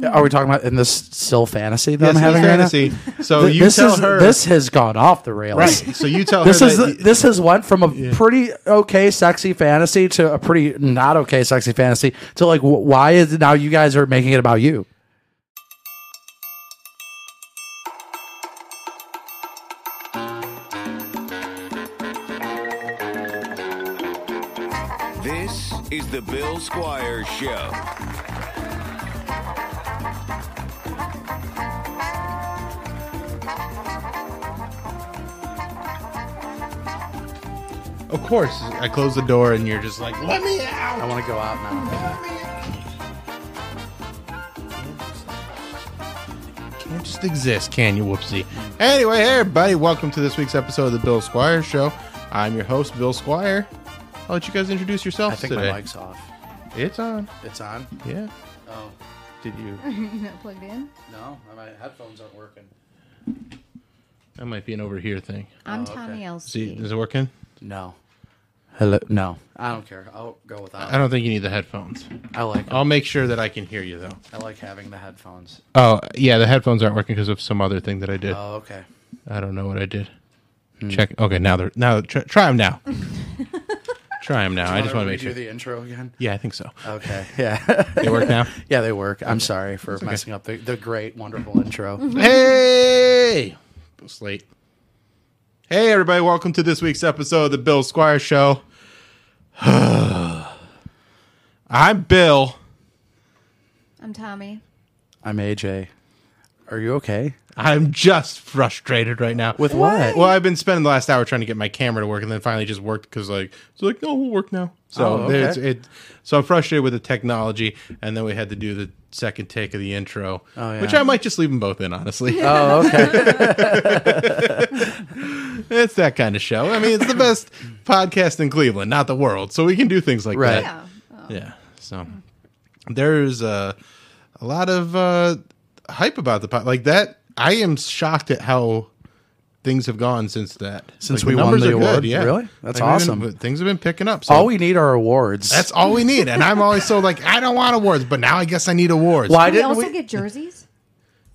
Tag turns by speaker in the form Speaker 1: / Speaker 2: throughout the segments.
Speaker 1: Are we talking about in this still fantasy that I'm
Speaker 2: Yes,
Speaker 1: having right now?
Speaker 2: fantasy. So
Speaker 1: Th-
Speaker 2: you
Speaker 1: this
Speaker 2: tell
Speaker 1: is,
Speaker 2: her
Speaker 1: This has gone off the rails.
Speaker 2: right. So you tell
Speaker 1: This
Speaker 2: her
Speaker 1: is
Speaker 2: that
Speaker 1: this has went from a pretty okay sexy fantasy to a pretty not okay sexy fantasy to like wh- why is it now you guys are making it about you?
Speaker 3: This is the Bill Squire Show.
Speaker 2: of course I close the door and you're just like let me out.
Speaker 1: I want to go out now.
Speaker 2: Can't just exist, can you? Whoopsie. Anyway, hey everybody, welcome to this week's episode of the Bill Squire Show. I'm your host, Bill Squire. I'll let you guys introduce yourselves
Speaker 1: I think
Speaker 2: today.
Speaker 1: my mic's off.
Speaker 2: It's on.
Speaker 1: It's on.
Speaker 2: Yeah.
Speaker 1: Oh
Speaker 2: Did you?
Speaker 4: plugged in.
Speaker 1: no, my headphones aren't working.
Speaker 2: That might be an over here thing.
Speaker 4: I'm Tommy
Speaker 2: See,
Speaker 4: Elsie.
Speaker 2: is it working?
Speaker 1: No. Hello. No. I don't care. I'll go without.
Speaker 2: I don't think you need the headphones.
Speaker 1: I like.
Speaker 2: I'll make sure that I can hear you though.
Speaker 1: I like having the headphones.
Speaker 2: Oh yeah, the headphones aren't working because of some other thing that I did.
Speaker 1: Oh, Hmm. okay.
Speaker 2: I don't know what I did. Check. Okay, now they're now try, try them now. try them now. I just want to make sure.
Speaker 1: the intro again.
Speaker 2: yeah, I think so.
Speaker 1: Okay. Yeah.
Speaker 2: They work now.
Speaker 1: yeah, they work. I'm sorry for messing up the, the great, wonderful intro.
Speaker 2: Hey, it's late. Hey, everybody! Welcome to this week's episode of the Bill Squire Show. I'm Bill.
Speaker 4: I'm Tommy.
Speaker 1: I'm AJ. Are you okay?
Speaker 2: I'm just frustrated right now.
Speaker 1: With what?
Speaker 2: Well, I've been spending the last hour trying to get my camera to work, and then finally just worked because like it's like no, we'll work now. So
Speaker 1: Oh, okay.
Speaker 2: it's, it. So I'm frustrated with the technology, and then we had to do the second take of the intro,
Speaker 1: Oh, yeah.
Speaker 2: which I might just leave them both in. Honestly,
Speaker 1: Oh, okay.
Speaker 2: it's that kind of show. I mean, it's the best podcast in Cleveland, not the world, so we can do things like
Speaker 1: Right.
Speaker 2: that.
Speaker 4: Yeah.
Speaker 2: Yeah. So there's uh, a a lot of uh, hype about the pod like that. I am shocked at how. Things have gone since that.
Speaker 1: Since
Speaker 2: Like,
Speaker 1: we won
Speaker 2: numbers
Speaker 1: the
Speaker 2: are
Speaker 1: award? Really? That's
Speaker 2: we've been-
Speaker 1: awesome.
Speaker 2: things have been picking up. So
Speaker 1: All we need are awards.
Speaker 2: That's all we need. And I'm always so like, I don't want awards, but now I guess I need awards.
Speaker 1: why
Speaker 4: Can we
Speaker 1: didn't
Speaker 4: also
Speaker 1: we?
Speaker 4: get jerseys?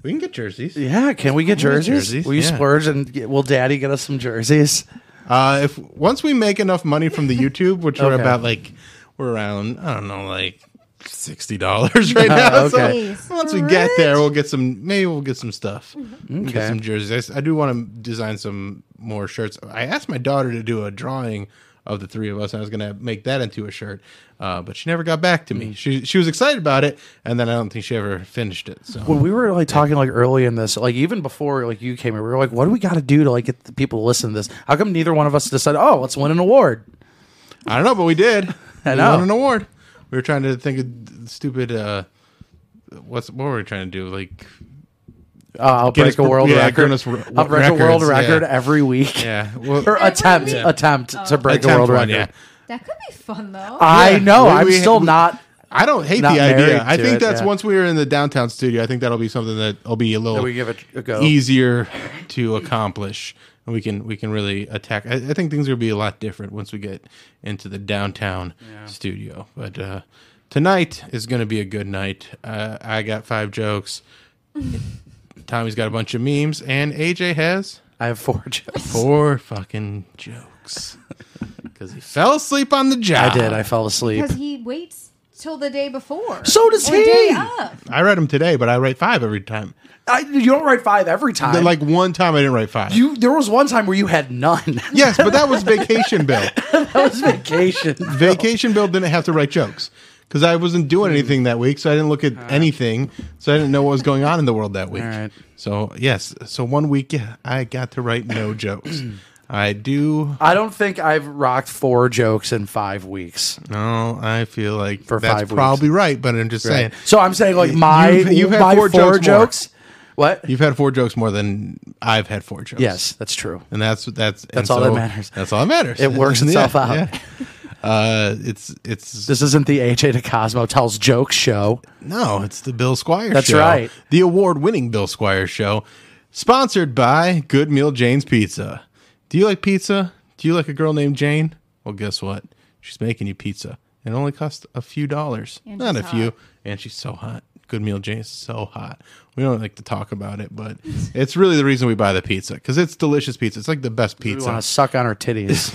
Speaker 2: We can get jerseys.
Speaker 1: yeah, can we get
Speaker 2: Can we get
Speaker 1: jerseys?
Speaker 2: jerseys?
Speaker 1: Will you
Speaker 2: Yeah.
Speaker 1: splurge and get, will Daddy get us some jerseys?
Speaker 2: Uh, if once we make enough money from the YouTube, which we're
Speaker 1: Okay.
Speaker 2: about like we're around, I don't know, like sixty dollars right now. So
Speaker 4: Nice.
Speaker 2: once we get there, we'll get some. Maybe we'll get some stuff. We'll
Speaker 1: Okay.
Speaker 2: Get some jerseys. I s- I, do want to design some more shirts. I asked my daughter to do a drawing of the three of us, and I was going to make that into a shirt, uh, but she never got back to me.
Speaker 1: Mm.
Speaker 2: She she was excited about it, and then I don't think she ever finished it. So
Speaker 1: When we were like talking like early in this, like even before like you came here, we were like, what do we got to do to like get the people to listen to this? How come neither one of us decided? Oh, let's win an award.
Speaker 2: I don't know, but we did.
Speaker 1: I
Speaker 2: we
Speaker 1: know.
Speaker 2: won an award. We were trying to think of d- stupid. Uh, what's what were we trying to do? Like,
Speaker 1: Uh, I'll
Speaker 2: Guinness
Speaker 1: break a
Speaker 2: Pro-
Speaker 1: world
Speaker 2: yeah,
Speaker 1: record.
Speaker 2: Guinness Wor-
Speaker 1: I'll break a world
Speaker 2: Records, yeah.
Speaker 1: record every week.
Speaker 2: yeah, well,
Speaker 1: Or attempt
Speaker 4: week? Oh.
Speaker 1: attempt to break
Speaker 2: attempt
Speaker 1: a world
Speaker 2: one,
Speaker 1: record.
Speaker 2: yeah.
Speaker 4: That could be fun though.
Speaker 1: I
Speaker 2: Yeah.
Speaker 1: know.
Speaker 2: We-
Speaker 1: I'm
Speaker 2: we-
Speaker 1: still
Speaker 2: we-
Speaker 1: not.
Speaker 2: I don't hate
Speaker 1: Not
Speaker 2: the
Speaker 1: married
Speaker 2: idea. I
Speaker 1: to
Speaker 2: think
Speaker 1: it,
Speaker 2: that's
Speaker 1: yeah.
Speaker 2: once we're in the downtown studio. I think that'll be something that'll be a little
Speaker 1: we give it a go.
Speaker 2: easier to accomplish. And we can we can really attack. I, I think things will be a lot different once we get into the downtown studio. But uh, tonight is going to be a good night. Uh, I got five jokes. Tommy's got a bunch of memes, and AJ has
Speaker 1: I have four jokes.
Speaker 2: four fucking jokes because he fell asleep on the job.
Speaker 1: I did. I fell asleep.
Speaker 4: Because he waits till the day before.
Speaker 1: So does
Speaker 4: or Day
Speaker 1: he.
Speaker 4: of.
Speaker 2: I read them today, but I write five every time.
Speaker 1: I, you don't write five every time.
Speaker 2: Like one time, I didn't write five.
Speaker 1: you, there was one time where you had none.
Speaker 2: Yes, but that was vacation bill.
Speaker 1: that was vacation.
Speaker 2: Vacation bill didn't have to write jokes because I wasn't doing anything that week, so I didn't look at anything, so I didn't know what was going on in the world that week.
Speaker 1: All right.
Speaker 2: So yes, so one week, yeah, I got to write no jokes. I do.
Speaker 1: I don't think I've rocked four jokes in five weeks.
Speaker 2: No, I feel like
Speaker 1: For
Speaker 2: that's
Speaker 1: five weeks.
Speaker 2: probably right, but I'm just saying.
Speaker 1: So I'm saying like my
Speaker 2: You've- you've had
Speaker 1: my
Speaker 2: four
Speaker 1: four,
Speaker 2: jokes more.
Speaker 1: jokes. What?
Speaker 2: You've had four jokes more than I've had four jokes.
Speaker 1: yes, that's true.
Speaker 2: and that's that's and
Speaker 1: That's all that matters.
Speaker 2: That's all that matters.
Speaker 1: It works
Speaker 2: Yeah,
Speaker 1: itself out.
Speaker 2: yeah. Uh, it's it's
Speaker 1: This isn't the AJ to Cosmo tells jokes show.
Speaker 2: no, it's the Bill Squire.
Speaker 1: That's
Speaker 2: show.
Speaker 1: right.
Speaker 2: The award-winning Bill Squire show, sponsored by Good Meal Jane's Pizza. Do you like pizza? Do you like a girl named Jane? Well, guess what? She's making you pizza. It only costs a few dollars,
Speaker 4: And
Speaker 2: not a
Speaker 4: she's
Speaker 2: few.
Speaker 4: hot.
Speaker 2: And she's so hot. Good Meal Jane's so hot. We don't like to talk about it, but it's really the reason we buy the pizza because it's delicious pizza. It's like the best
Speaker 1: We
Speaker 2: pizza.
Speaker 1: want to suck on her titties.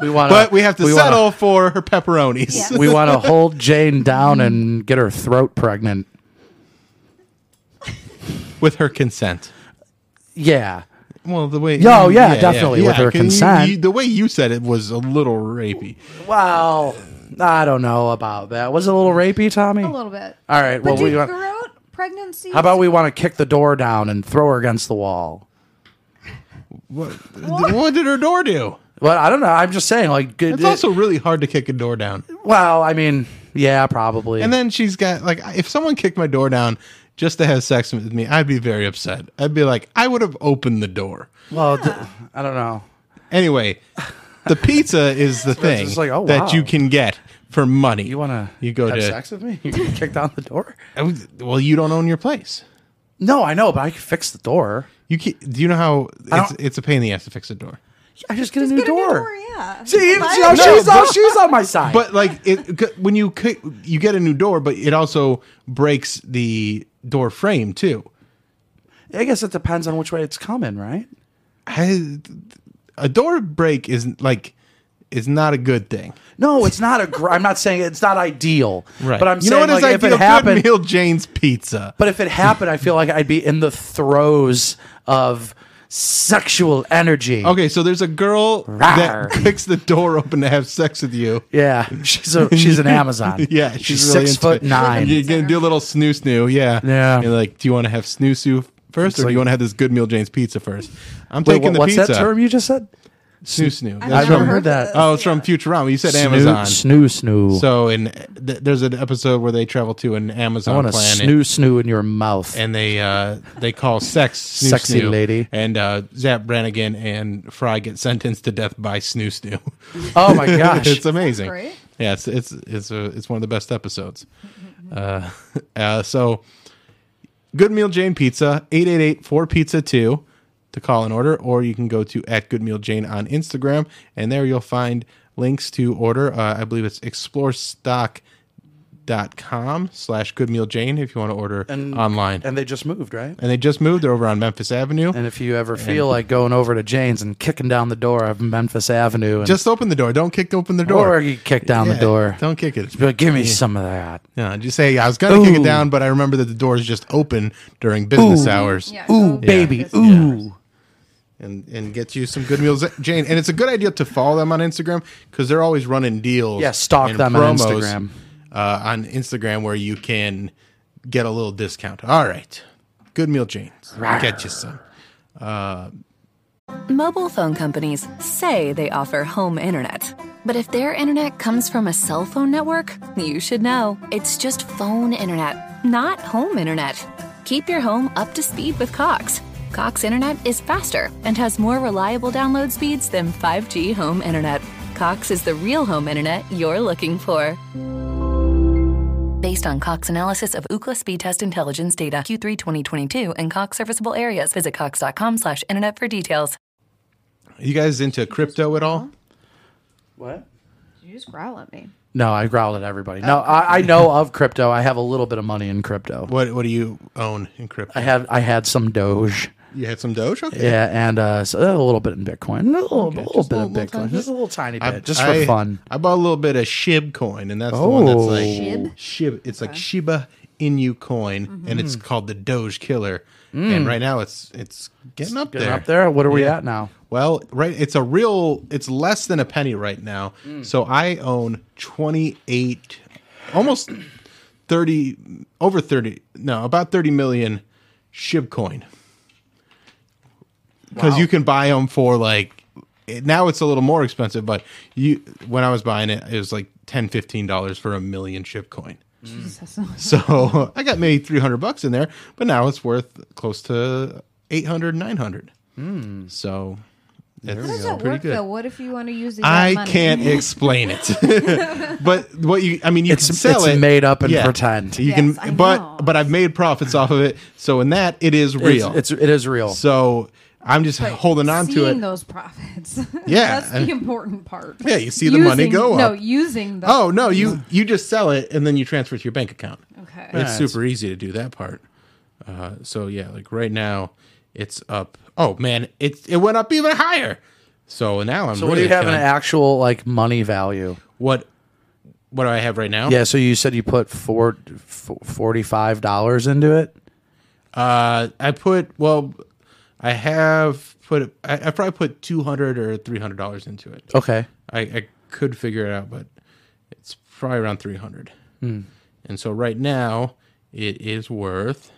Speaker 1: we want,
Speaker 2: but we have to
Speaker 1: wanna-
Speaker 2: settle for her pepperonis.
Speaker 4: Yeah.
Speaker 1: we want to hold Jane down and get her throat pregnant.
Speaker 2: with her consent.
Speaker 1: Yeah.
Speaker 2: Well, the way
Speaker 1: Yo, yeah, definitely, with her
Speaker 2: 'cause you-
Speaker 1: consent.
Speaker 2: you- the way you said it was a little rapey.
Speaker 1: Well, I don't know about that. Was it a little rapey, Tommy?
Speaker 4: A little bit.
Speaker 1: All right.
Speaker 4: But
Speaker 1: Well,
Speaker 4: do
Speaker 1: we
Speaker 4: you
Speaker 1: want,
Speaker 4: grow out pregnancy?
Speaker 1: how about we want to kick the door down and throw her against the wall?
Speaker 2: What, what did her door do?
Speaker 1: Well, I don't know. I'm just saying, like, good.
Speaker 2: It's also really hard to kick a door down.
Speaker 1: well, I mean, yeah, probably.
Speaker 2: And then she's got like, if someone kicked my door down just to have sex with me, I'd be very upset. I'd be like, I would have opened the door.
Speaker 1: well, th- I don't know.
Speaker 2: Anyway, the pizza is the thing
Speaker 1: just like, oh, wow.
Speaker 2: that you can get for money.
Speaker 1: You want to?
Speaker 2: You go
Speaker 1: have
Speaker 2: to
Speaker 1: sex with me? You gonna kick down the door?
Speaker 2: I was- Well, you don't own your place.
Speaker 1: No, I know, but I can fix the door.
Speaker 2: You can, do you know how it's,
Speaker 1: don't-
Speaker 2: it's a pain in the ass to fix a door.
Speaker 1: I just get a
Speaker 4: Just
Speaker 1: new
Speaker 4: get a
Speaker 1: door.
Speaker 4: new door? Yeah.
Speaker 1: See,
Speaker 4: Buy
Speaker 1: see
Speaker 4: it.
Speaker 1: how
Speaker 2: No,
Speaker 1: she's, how
Speaker 2: but-
Speaker 1: she's on my side.
Speaker 2: But like it c- when you c- you get a new door, but it also breaks the door frame too.
Speaker 1: I guess it depends on which way it's coming, right?
Speaker 2: I, a door break is like is not a good thing.
Speaker 1: No, it's not a. Gr- I'm not saying it's not ideal, But I'm
Speaker 2: you know
Speaker 1: saying
Speaker 2: what is
Speaker 1: like, if
Speaker 2: ideal?
Speaker 1: it happened,
Speaker 2: Good meal Jane's pizza.
Speaker 1: but if it happened, I feel like I'd be in the throes of sexual energy.
Speaker 2: Okay, so there's a girl that
Speaker 1: Rawr.
Speaker 2: picks the door open to have sex with you.
Speaker 1: Yeah, she's a she's an Amazon.
Speaker 2: Yeah,
Speaker 1: she's,
Speaker 2: she's really
Speaker 1: six
Speaker 2: into
Speaker 1: foot
Speaker 2: it.
Speaker 1: nine.
Speaker 2: You're gonna do a little snoo snoo, yeah,
Speaker 1: Yeah.
Speaker 2: You're like, do you want to have snoo snoo first, or do
Speaker 1: like-
Speaker 2: you want to have this Good Meal Jane's pizza first? I'm
Speaker 1: Wait,
Speaker 2: taking
Speaker 1: what- what's
Speaker 2: the pizza.
Speaker 1: that term you just said?
Speaker 2: Snoo snoo.
Speaker 4: I've
Speaker 2: That's
Speaker 4: never
Speaker 2: from-
Speaker 4: heard
Speaker 1: that.
Speaker 4: that.
Speaker 2: Oh, it's from Futurama. You said Amazon.
Speaker 1: Snoo snoo. snoo.
Speaker 2: So in th- there's an episode where they travel to an
Speaker 1: I
Speaker 2: Amazon
Speaker 1: want to
Speaker 2: planet.
Speaker 1: snoo snoo in your mouth.
Speaker 2: and they uh, they call sex snoo
Speaker 1: Sexy
Speaker 2: snoo,
Speaker 1: lady.
Speaker 2: and uh, Zap Brannigan and Fry get sentenced to death by snoo snoo.
Speaker 1: oh my gosh!
Speaker 2: it's amazing.
Speaker 4: great.
Speaker 2: Yeah, it's it's it's a, it's one of the best episodes. Uh, uh, so, Good Meal Jane Pizza 888-4PIZZA2 to call and order, or you can go to at Good Meal Jane on Instagram, and there you'll find links to order. Uh, I believe it's Explore Stock. Dot com slash good meal jane if you want to order online
Speaker 1: and they just moved, right?
Speaker 2: and they just moved. They're over on Memphis Avenue.
Speaker 1: And if you ever feel like going over to Jane's and kicking down the door of Memphis Avenue, and
Speaker 2: just open the door. Don't kick open the door.
Speaker 1: or you kick down
Speaker 2: Yeah,
Speaker 1: the door,
Speaker 2: Don't kick it.
Speaker 1: but give me some of that.
Speaker 2: No, just say I was gonna kick it
Speaker 1: Ooh.
Speaker 2: down, but I remember that the door is just open during business
Speaker 1: Ooh.
Speaker 2: hours.
Speaker 4: Yeah.
Speaker 1: Ooh,
Speaker 4: go
Speaker 1: baby,
Speaker 4: business hours.
Speaker 1: ooh.
Speaker 2: And and get you some good meals, Jane. And it's a good idea to follow them on Instagram because they're always running deals.
Speaker 1: Yeah, stalk
Speaker 2: and
Speaker 1: them on Instagram.
Speaker 2: Uh, on Instagram, where you can get a little discount. All right, good meal, Jane. Get you some.
Speaker 5: Mobile phone companies say they offer home internet. But if their internet comes from a cell phone network, you should know. It's just phone internet, not home internet. Keep your home up to speed with Cox. Cox internet is faster and has more reliable download speeds than 5G home internet. Cox is the real home internet you're looking for. Based on Cox analysis of Ookla speed test intelligence data Q3 2022 and Cox serviceable areas, visit cox.com/internet slash internet for details.
Speaker 2: You guys into crypto at all?
Speaker 1: What?
Speaker 2: Oh.
Speaker 4: You just growl at me.
Speaker 1: No, I growled at everybody. No, I, I know of crypto. I have a little bit of money in crypto.
Speaker 2: What What do you own in crypto?
Speaker 1: I have I had some Doge.
Speaker 2: You had some Doge, okay?
Speaker 1: Yeah, and uh, so a little bit in Bitcoin, a little, a little
Speaker 2: just a
Speaker 1: bit
Speaker 2: little- little
Speaker 1: of
Speaker 2: tiny
Speaker 1: Bitcoin,
Speaker 2: bit.
Speaker 1: just a little tiny bit,
Speaker 2: I-
Speaker 1: just for
Speaker 2: I-
Speaker 1: fun. Oh.
Speaker 2: I bought a little bit of Shib coin, and that's the one that's like
Speaker 4: Shib?
Speaker 2: Shib. It's like Shiba Inu coin, and
Speaker 1: Mm-hmm.
Speaker 2: it's called the Doge Killer. And right now, it's it's getting up
Speaker 1: Mm. Getting
Speaker 2: there.
Speaker 1: up there. What are we at now?
Speaker 2: Well, right, it's a real. It's less than a penny right now. So I own twenty eight, almost thirty, over thirty. No, about thirty million Shib coin. because you can buy them for like it- now it's a little more expensive, but you when I was buying it, it was like 10 dollars for a million ship coin.
Speaker 4: Jesus.
Speaker 2: So I got maybe three hundred bucks in there, but now it's worth close to 800, 900.
Speaker 1: Hmm.
Speaker 2: So
Speaker 4: How
Speaker 2: it's
Speaker 4: does that
Speaker 2: pretty
Speaker 4: work
Speaker 2: good.
Speaker 4: though? What if you want to use the
Speaker 2: I
Speaker 4: money?
Speaker 2: can't explain it, but what you I mean you
Speaker 1: It's-
Speaker 2: can sell
Speaker 1: it's
Speaker 2: it
Speaker 1: made up and pretend.
Speaker 2: You
Speaker 4: Yes, I
Speaker 2: can, but
Speaker 4: know.
Speaker 2: but I've made profits off of it, so in that it is real.
Speaker 1: It's, it's it is real.
Speaker 2: So I'm just
Speaker 4: But
Speaker 2: holding on to
Speaker 4: seeing
Speaker 2: it.
Speaker 4: those profits.
Speaker 2: Yeah,
Speaker 4: that's
Speaker 2: I-
Speaker 4: the important part.
Speaker 2: Yeah, you see the money
Speaker 4: Using-
Speaker 2: go
Speaker 4: No,
Speaker 2: up.
Speaker 4: using the
Speaker 2: oh no, you you just sell it and then you transfer it to your bank account.
Speaker 4: Okay.
Speaker 2: It's super easy to do that part. Uh, so yeah, like right now, it's up. Oh man, it it went up even higher. So now I'm
Speaker 1: so what do
Speaker 2: really
Speaker 1: you have an
Speaker 2: kinda-
Speaker 1: actual like money value?
Speaker 2: what what do I have right now?
Speaker 1: Yeah. So you said you put four, f- forty-five dollars into it.
Speaker 2: Uh, I put well, I have put I, I probably put two hundred or three hundred dollars into it.
Speaker 1: Okay.
Speaker 2: I, I could figure it out, but it's probably around 300.
Speaker 1: Hmm.
Speaker 2: And so right now it is worth.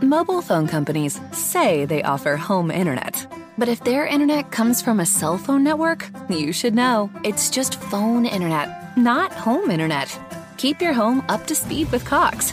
Speaker 5: Mobile phone companies say they offer home internet. But if their internet comes from a cell phone network, you should know it's just phone internet, not home internet. Keep your home up to speed with Cox.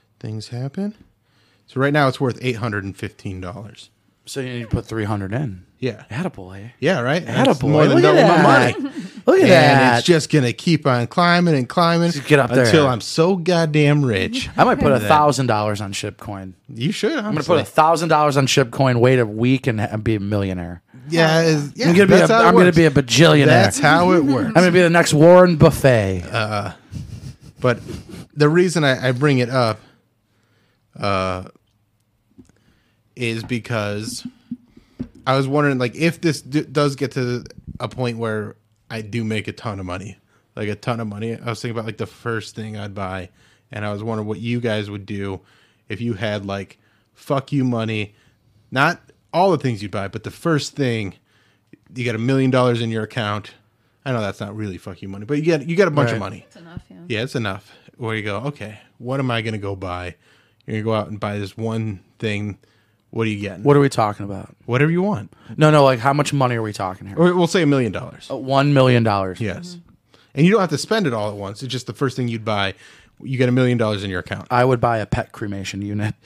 Speaker 2: things happen. So right now it's worth $815.
Speaker 1: So you need to put three hundred in.
Speaker 2: Yeah.
Speaker 1: Attaboy.
Speaker 2: Yeah, right? That's
Speaker 1: Attaboy.
Speaker 2: More than
Speaker 1: Look at
Speaker 2: double my
Speaker 1: that.
Speaker 2: money.
Speaker 1: Look at
Speaker 2: And
Speaker 1: that.
Speaker 2: it's just gonna keep on climbing and climbing
Speaker 1: Just get up there.
Speaker 2: until I'm so goddamn rich.
Speaker 1: I might put a thousand dollars on Shipcoin.
Speaker 2: You should.
Speaker 1: I'm gonna put a thousand dollars on Shipcoin. Wait a week and ha- be a millionaire.
Speaker 2: yeah, is- yeah.
Speaker 1: I'm gonna be. A,
Speaker 2: that's how it
Speaker 1: I'm gonna
Speaker 2: works.
Speaker 1: be a bajillionaire.
Speaker 2: That's how Uh, it works.
Speaker 1: I'm gonna be the next Warren Buffet.
Speaker 2: But the reason I, I bring it up uh, is because I was wondering, like, if this d- does get to a point where I do make a ton of money, like a ton of money, I was thinking about like the first thing I'd buy, and I was wondering what you guys would do if you had like fuck you money, not all the things you'd buy, but the first thing you got a million dollars in your account. I know that's not really fuck you money, but you get you got a bunch of
Speaker 1: Right.
Speaker 2: money.
Speaker 4: Enough, yeah.
Speaker 2: Yeah, it's enough. Where you go, okay, what am I going to go buy? You're going to go out and buy this one thing. What are you getting?
Speaker 1: what are we talking about?
Speaker 2: Whatever you want.
Speaker 1: No, no. Like, how much money are we talking here?
Speaker 2: Or we'll say a million dollars.
Speaker 4: Oh.
Speaker 1: One million dollars.
Speaker 2: Yes.
Speaker 4: Mm-hmm.
Speaker 2: And you don't have to spend it all at once. It's just the first thing you'd buy. You get a million dollars in your account.
Speaker 4: Uh,
Speaker 1: I would buy a pet cremation unit.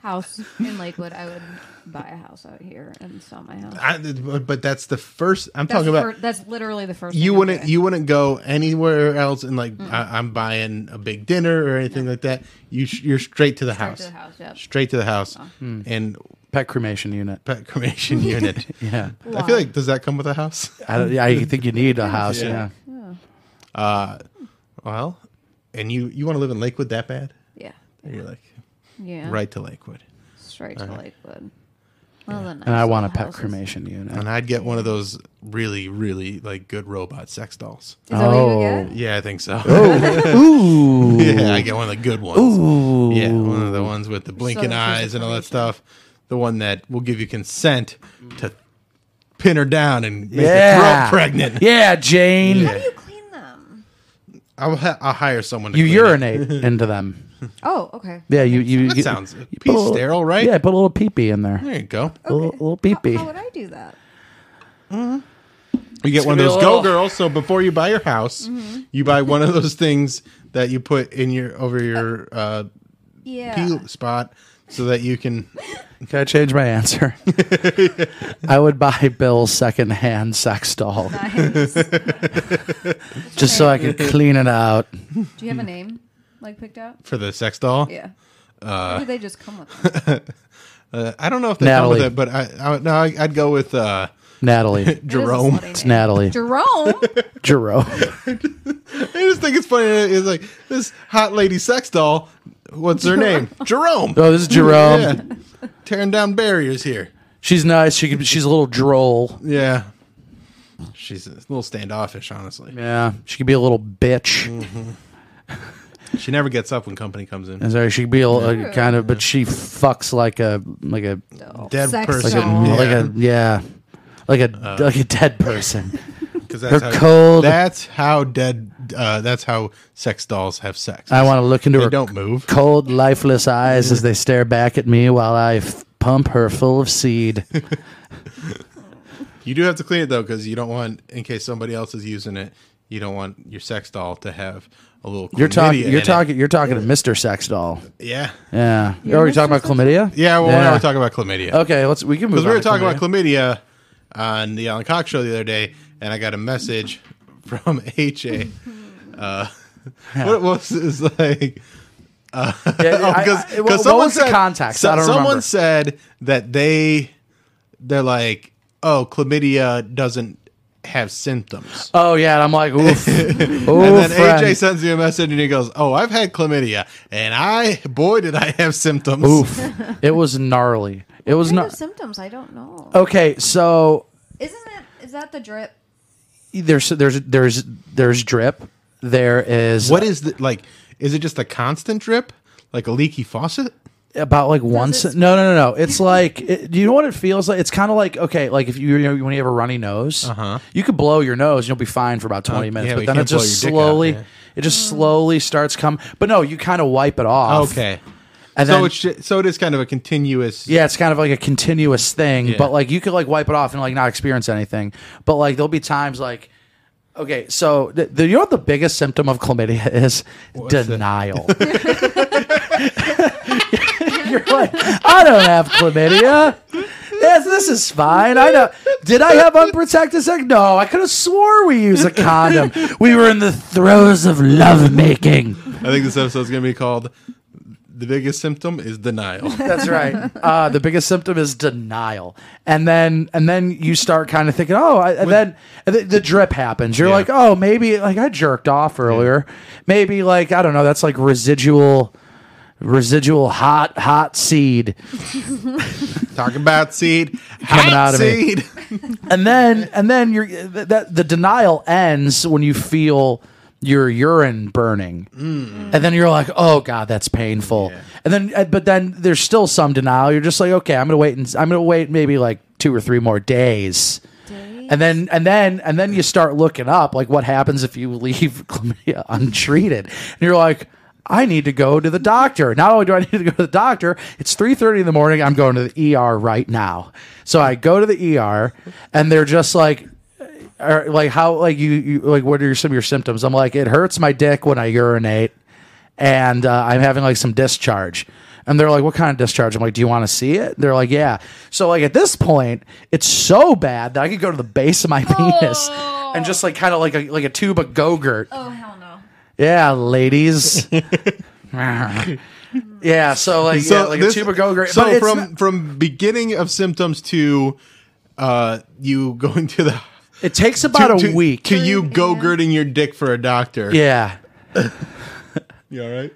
Speaker 4: House in Lakewood, I would buy a house out here and sell my house.
Speaker 2: I, but but that's the first. I'm
Speaker 4: That's,
Speaker 2: talking
Speaker 4: the
Speaker 2: about.
Speaker 4: fir- that's literally the first.
Speaker 2: you
Speaker 4: thing I'm
Speaker 2: wouldn't
Speaker 4: doing.
Speaker 2: you wouldn't go anywhere else and like I, I'm buying a big dinner or anything like that. You sh- you're straight to the house.
Speaker 4: to the house, yep.
Speaker 2: Straight to the house. And
Speaker 1: Pet cremation unit.
Speaker 2: pet cremation unit.
Speaker 1: Yeah.
Speaker 2: I feel like does that come with a house?
Speaker 1: I, don't- yeah, I think you need a house. Yeah.
Speaker 2: Well, and you you want to live in Lakewood that bad?
Speaker 4: Yeah.
Speaker 2: You're like
Speaker 4: Yeah.
Speaker 2: right Uh-huh. to Lakewood,
Speaker 4: Straight to Lakewood. Well, then
Speaker 1: And I want a pet
Speaker 4: houses.
Speaker 1: cremation unit.
Speaker 2: and I'd get one of those really really like good robot sex dolls.
Speaker 4: Is that what you
Speaker 1: Oh.
Speaker 4: would get?
Speaker 2: Yeah, I think so.
Speaker 1: Ooh.
Speaker 2: yeah, I get one of the good ones.
Speaker 1: Ooh.
Speaker 2: Yeah, one of the ones with the blinking
Speaker 4: there's
Speaker 2: eyes and all that
Speaker 4: information.
Speaker 2: stuff. The one that will give you consent to pin her down and make
Speaker 1: Yeah.
Speaker 2: her throat pregnant.
Speaker 1: Yeah, Jane.
Speaker 4: How do you clean them?
Speaker 2: I'll, ha- I'll hire someone. To
Speaker 1: You
Speaker 2: clean
Speaker 1: urinate into them.
Speaker 4: Oh, okay.
Speaker 1: Yeah, you you.
Speaker 2: That
Speaker 1: you-
Speaker 2: sounds a
Speaker 1: put a
Speaker 2: piece
Speaker 1: little-
Speaker 2: sterile, right?
Speaker 1: Yeah, put a little pee pee in there.
Speaker 2: It. There you go.
Speaker 1: A little, little pee pee.
Speaker 4: How would I do that?
Speaker 2: You get one
Speaker 1: be a
Speaker 2: of those
Speaker 1: little-
Speaker 2: Go Girls. So before you buy your house,
Speaker 4: Mm-hmm.
Speaker 2: you buy one of those things that you put in your over your uh,
Speaker 4: Yeah.
Speaker 2: pee spot so that you can.
Speaker 1: Can I change my answer? I would buy Bill's secondhand sex doll
Speaker 4: Do
Speaker 1: just so I could clean it out.
Speaker 4: you
Speaker 2: Hmm.
Speaker 4: have a name like picked out?
Speaker 2: for the sex doll.
Speaker 4: Yeah. or do they just come with them?
Speaker 2: Uh, I don't know if they
Speaker 1: Natalie.
Speaker 2: come with it, but I, I no, I, I'd go with uh,
Speaker 1: Natalie.
Speaker 2: Jerome.
Speaker 4: It is a slutty
Speaker 1: It's
Speaker 4: name.
Speaker 1: Natalie.
Speaker 4: Jerome?
Speaker 1: Jerome.
Speaker 2: I just think it's funny. It's like this hot lady sex doll. What's her name? Jerome.
Speaker 1: Oh, this is Jerome.
Speaker 2: Yeah. Tearing down barriers here.
Speaker 1: She's nice. She could, she's a little droll.
Speaker 2: Yeah. She's a little standoffish, honestly.
Speaker 1: Yeah. She could be a little bitch.
Speaker 2: Mm. She never gets up when company comes in.
Speaker 1: And so she could be a, a kind of, but she fucks like a like a
Speaker 2: Dead
Speaker 4: Sex
Speaker 2: person.
Speaker 4: doll.
Speaker 1: like a yeah, like a like a dead person.
Speaker 2: 'Cause Uh. that's
Speaker 1: her
Speaker 2: how-
Speaker 1: cold-
Speaker 2: That's how dead. Uh, that's how sex dolls have sex.
Speaker 1: I want to look into
Speaker 2: They
Speaker 1: her
Speaker 2: don't move. Mm.
Speaker 1: cold, lifeless eyes as they stare back at me while I f- pump her full of seed.
Speaker 2: You do have to clean it though, because you don't want, in case somebody else is using it, you don't want your sex doll to have a little.
Speaker 1: You're
Speaker 2: chlamydia
Speaker 1: talking.
Speaker 2: in
Speaker 1: You're
Speaker 2: it.
Speaker 1: talking. You're talking to Mr. Sex Doll.
Speaker 2: Yeah,
Speaker 1: Yeah.
Speaker 4: You're
Speaker 1: oh, are you
Speaker 4: Mr.
Speaker 1: talking about
Speaker 4: Sex
Speaker 1: chlamydia?
Speaker 2: yeah. Well,
Speaker 1: yeah. Oh,
Speaker 2: we're talking about chlamydia.
Speaker 1: okay, let's. We can move.
Speaker 2: Because we
Speaker 1: on
Speaker 2: were
Speaker 1: to
Speaker 2: talking about chlamydia on the Alan Cox show the other day, and I got a message from HA. Uh, what it was is like
Speaker 1: Yeah, I- I-
Speaker 2: because
Speaker 1: what- what
Speaker 2: someone
Speaker 1: was
Speaker 2: said,
Speaker 1: the context?
Speaker 2: so-
Speaker 1: I don't
Speaker 2: someone
Speaker 1: remember.
Speaker 2: said that they they're like, oh, chlamydia doesn't have symptoms.
Speaker 1: Oh yeah, and I'm like, oof. Ooh,
Speaker 2: and then
Speaker 1: friend.
Speaker 2: AJ sends me a message and he goes, "Oh, I've had chlamydia, and I, boy, did I have symptoms."
Speaker 1: Oof. it was gnarly. It was
Speaker 4: Kind of
Speaker 1: not
Speaker 4: symptoms, I don't know.
Speaker 1: okay. So
Speaker 4: Isn't it, is that the drip?
Speaker 1: there's there's there's there's drip. There is
Speaker 2: What is the like? Is it just a constant drip, like a leaky faucet?
Speaker 1: about like once.
Speaker 4: it-
Speaker 1: No, no, no, no. It's like it, do you know what it feels like? It's kind of like okay, like if you, you know when you have a runny nose, uh-huh. you could blow your nose, and you'll be fine for about twenty
Speaker 2: Oh,
Speaker 1: minutes,
Speaker 2: yeah, but
Speaker 1: but then
Speaker 2: you
Speaker 1: it
Speaker 2: can't blow
Speaker 1: just
Speaker 2: your dick out,
Speaker 1: slowly,
Speaker 2: yeah.
Speaker 1: it just slowly starts coming. But no, you kind of wipe it off. and
Speaker 2: so
Speaker 1: then
Speaker 2: it's ju- so it is kind of a continuous.
Speaker 1: Yeah, it's kind of like a continuous thing, but like you could like wipe it off and like not experience anything. But like there'll be times like okay, so th- the, you know what the biggest symptom of chlamydia is denial. You're like, I don't have chlamydia. Yes, this is fine. I know. Did I have unprotected sex? No, I could have swore we used a condom. We were in the throes of lovemaking.
Speaker 2: I think this episode is going to be called "The Biggest Symptom Is Denial."
Speaker 1: That's right. Uh, the biggest symptom is denial, and then and then you start kind of thinking, oh, I, and then and then the drip happens. You're
Speaker 2: Yeah.
Speaker 1: like, oh, maybe like I jerked off earlier. Maybe like I don't know. That's like residual, residual hot hot seed.
Speaker 2: Talking about seed
Speaker 1: Coming
Speaker 2: Hot
Speaker 1: out of me.
Speaker 2: seed.
Speaker 1: and then and then you're th- that the denial ends when you feel your urine burning and then you're like oh god that's painful and then uh, but then there's still some denial you're just like okay i'm gonna wait and s- i'm gonna wait maybe like two or three more days and then and then and then you start looking up like what happens if you leave chlamydia untreated and you're like I need to go to the doctor. Not only do I need to go to the doctor, it's 3:30 in the morning. I'm going to the ER right now. So I go to the ER and they're just like or like how like you, you like what are your, some of your symptoms? I'm like it hurts my dick when I urinate and uh, I'm having like some discharge. And they're like, "What kind of discharge?" I'm like, "Do you want to see it?" They're like, "Yeah." So like at this point, it's so bad that I could go to the base of my penis and just like kind of like a like a tube of go-gurt.
Speaker 4: Oh, hell no.
Speaker 1: Yeah, ladies. yeah, so like yeah, like
Speaker 2: this-
Speaker 1: a tube of go-gurt. But
Speaker 2: So
Speaker 1: it's
Speaker 2: from
Speaker 1: not-
Speaker 2: from beginning of symptoms to uh, you going to the
Speaker 1: it takes about
Speaker 2: to-
Speaker 1: a
Speaker 2: to-
Speaker 1: week.
Speaker 2: to you go girding your dick for a doctor.
Speaker 1: yeah.
Speaker 2: you all right?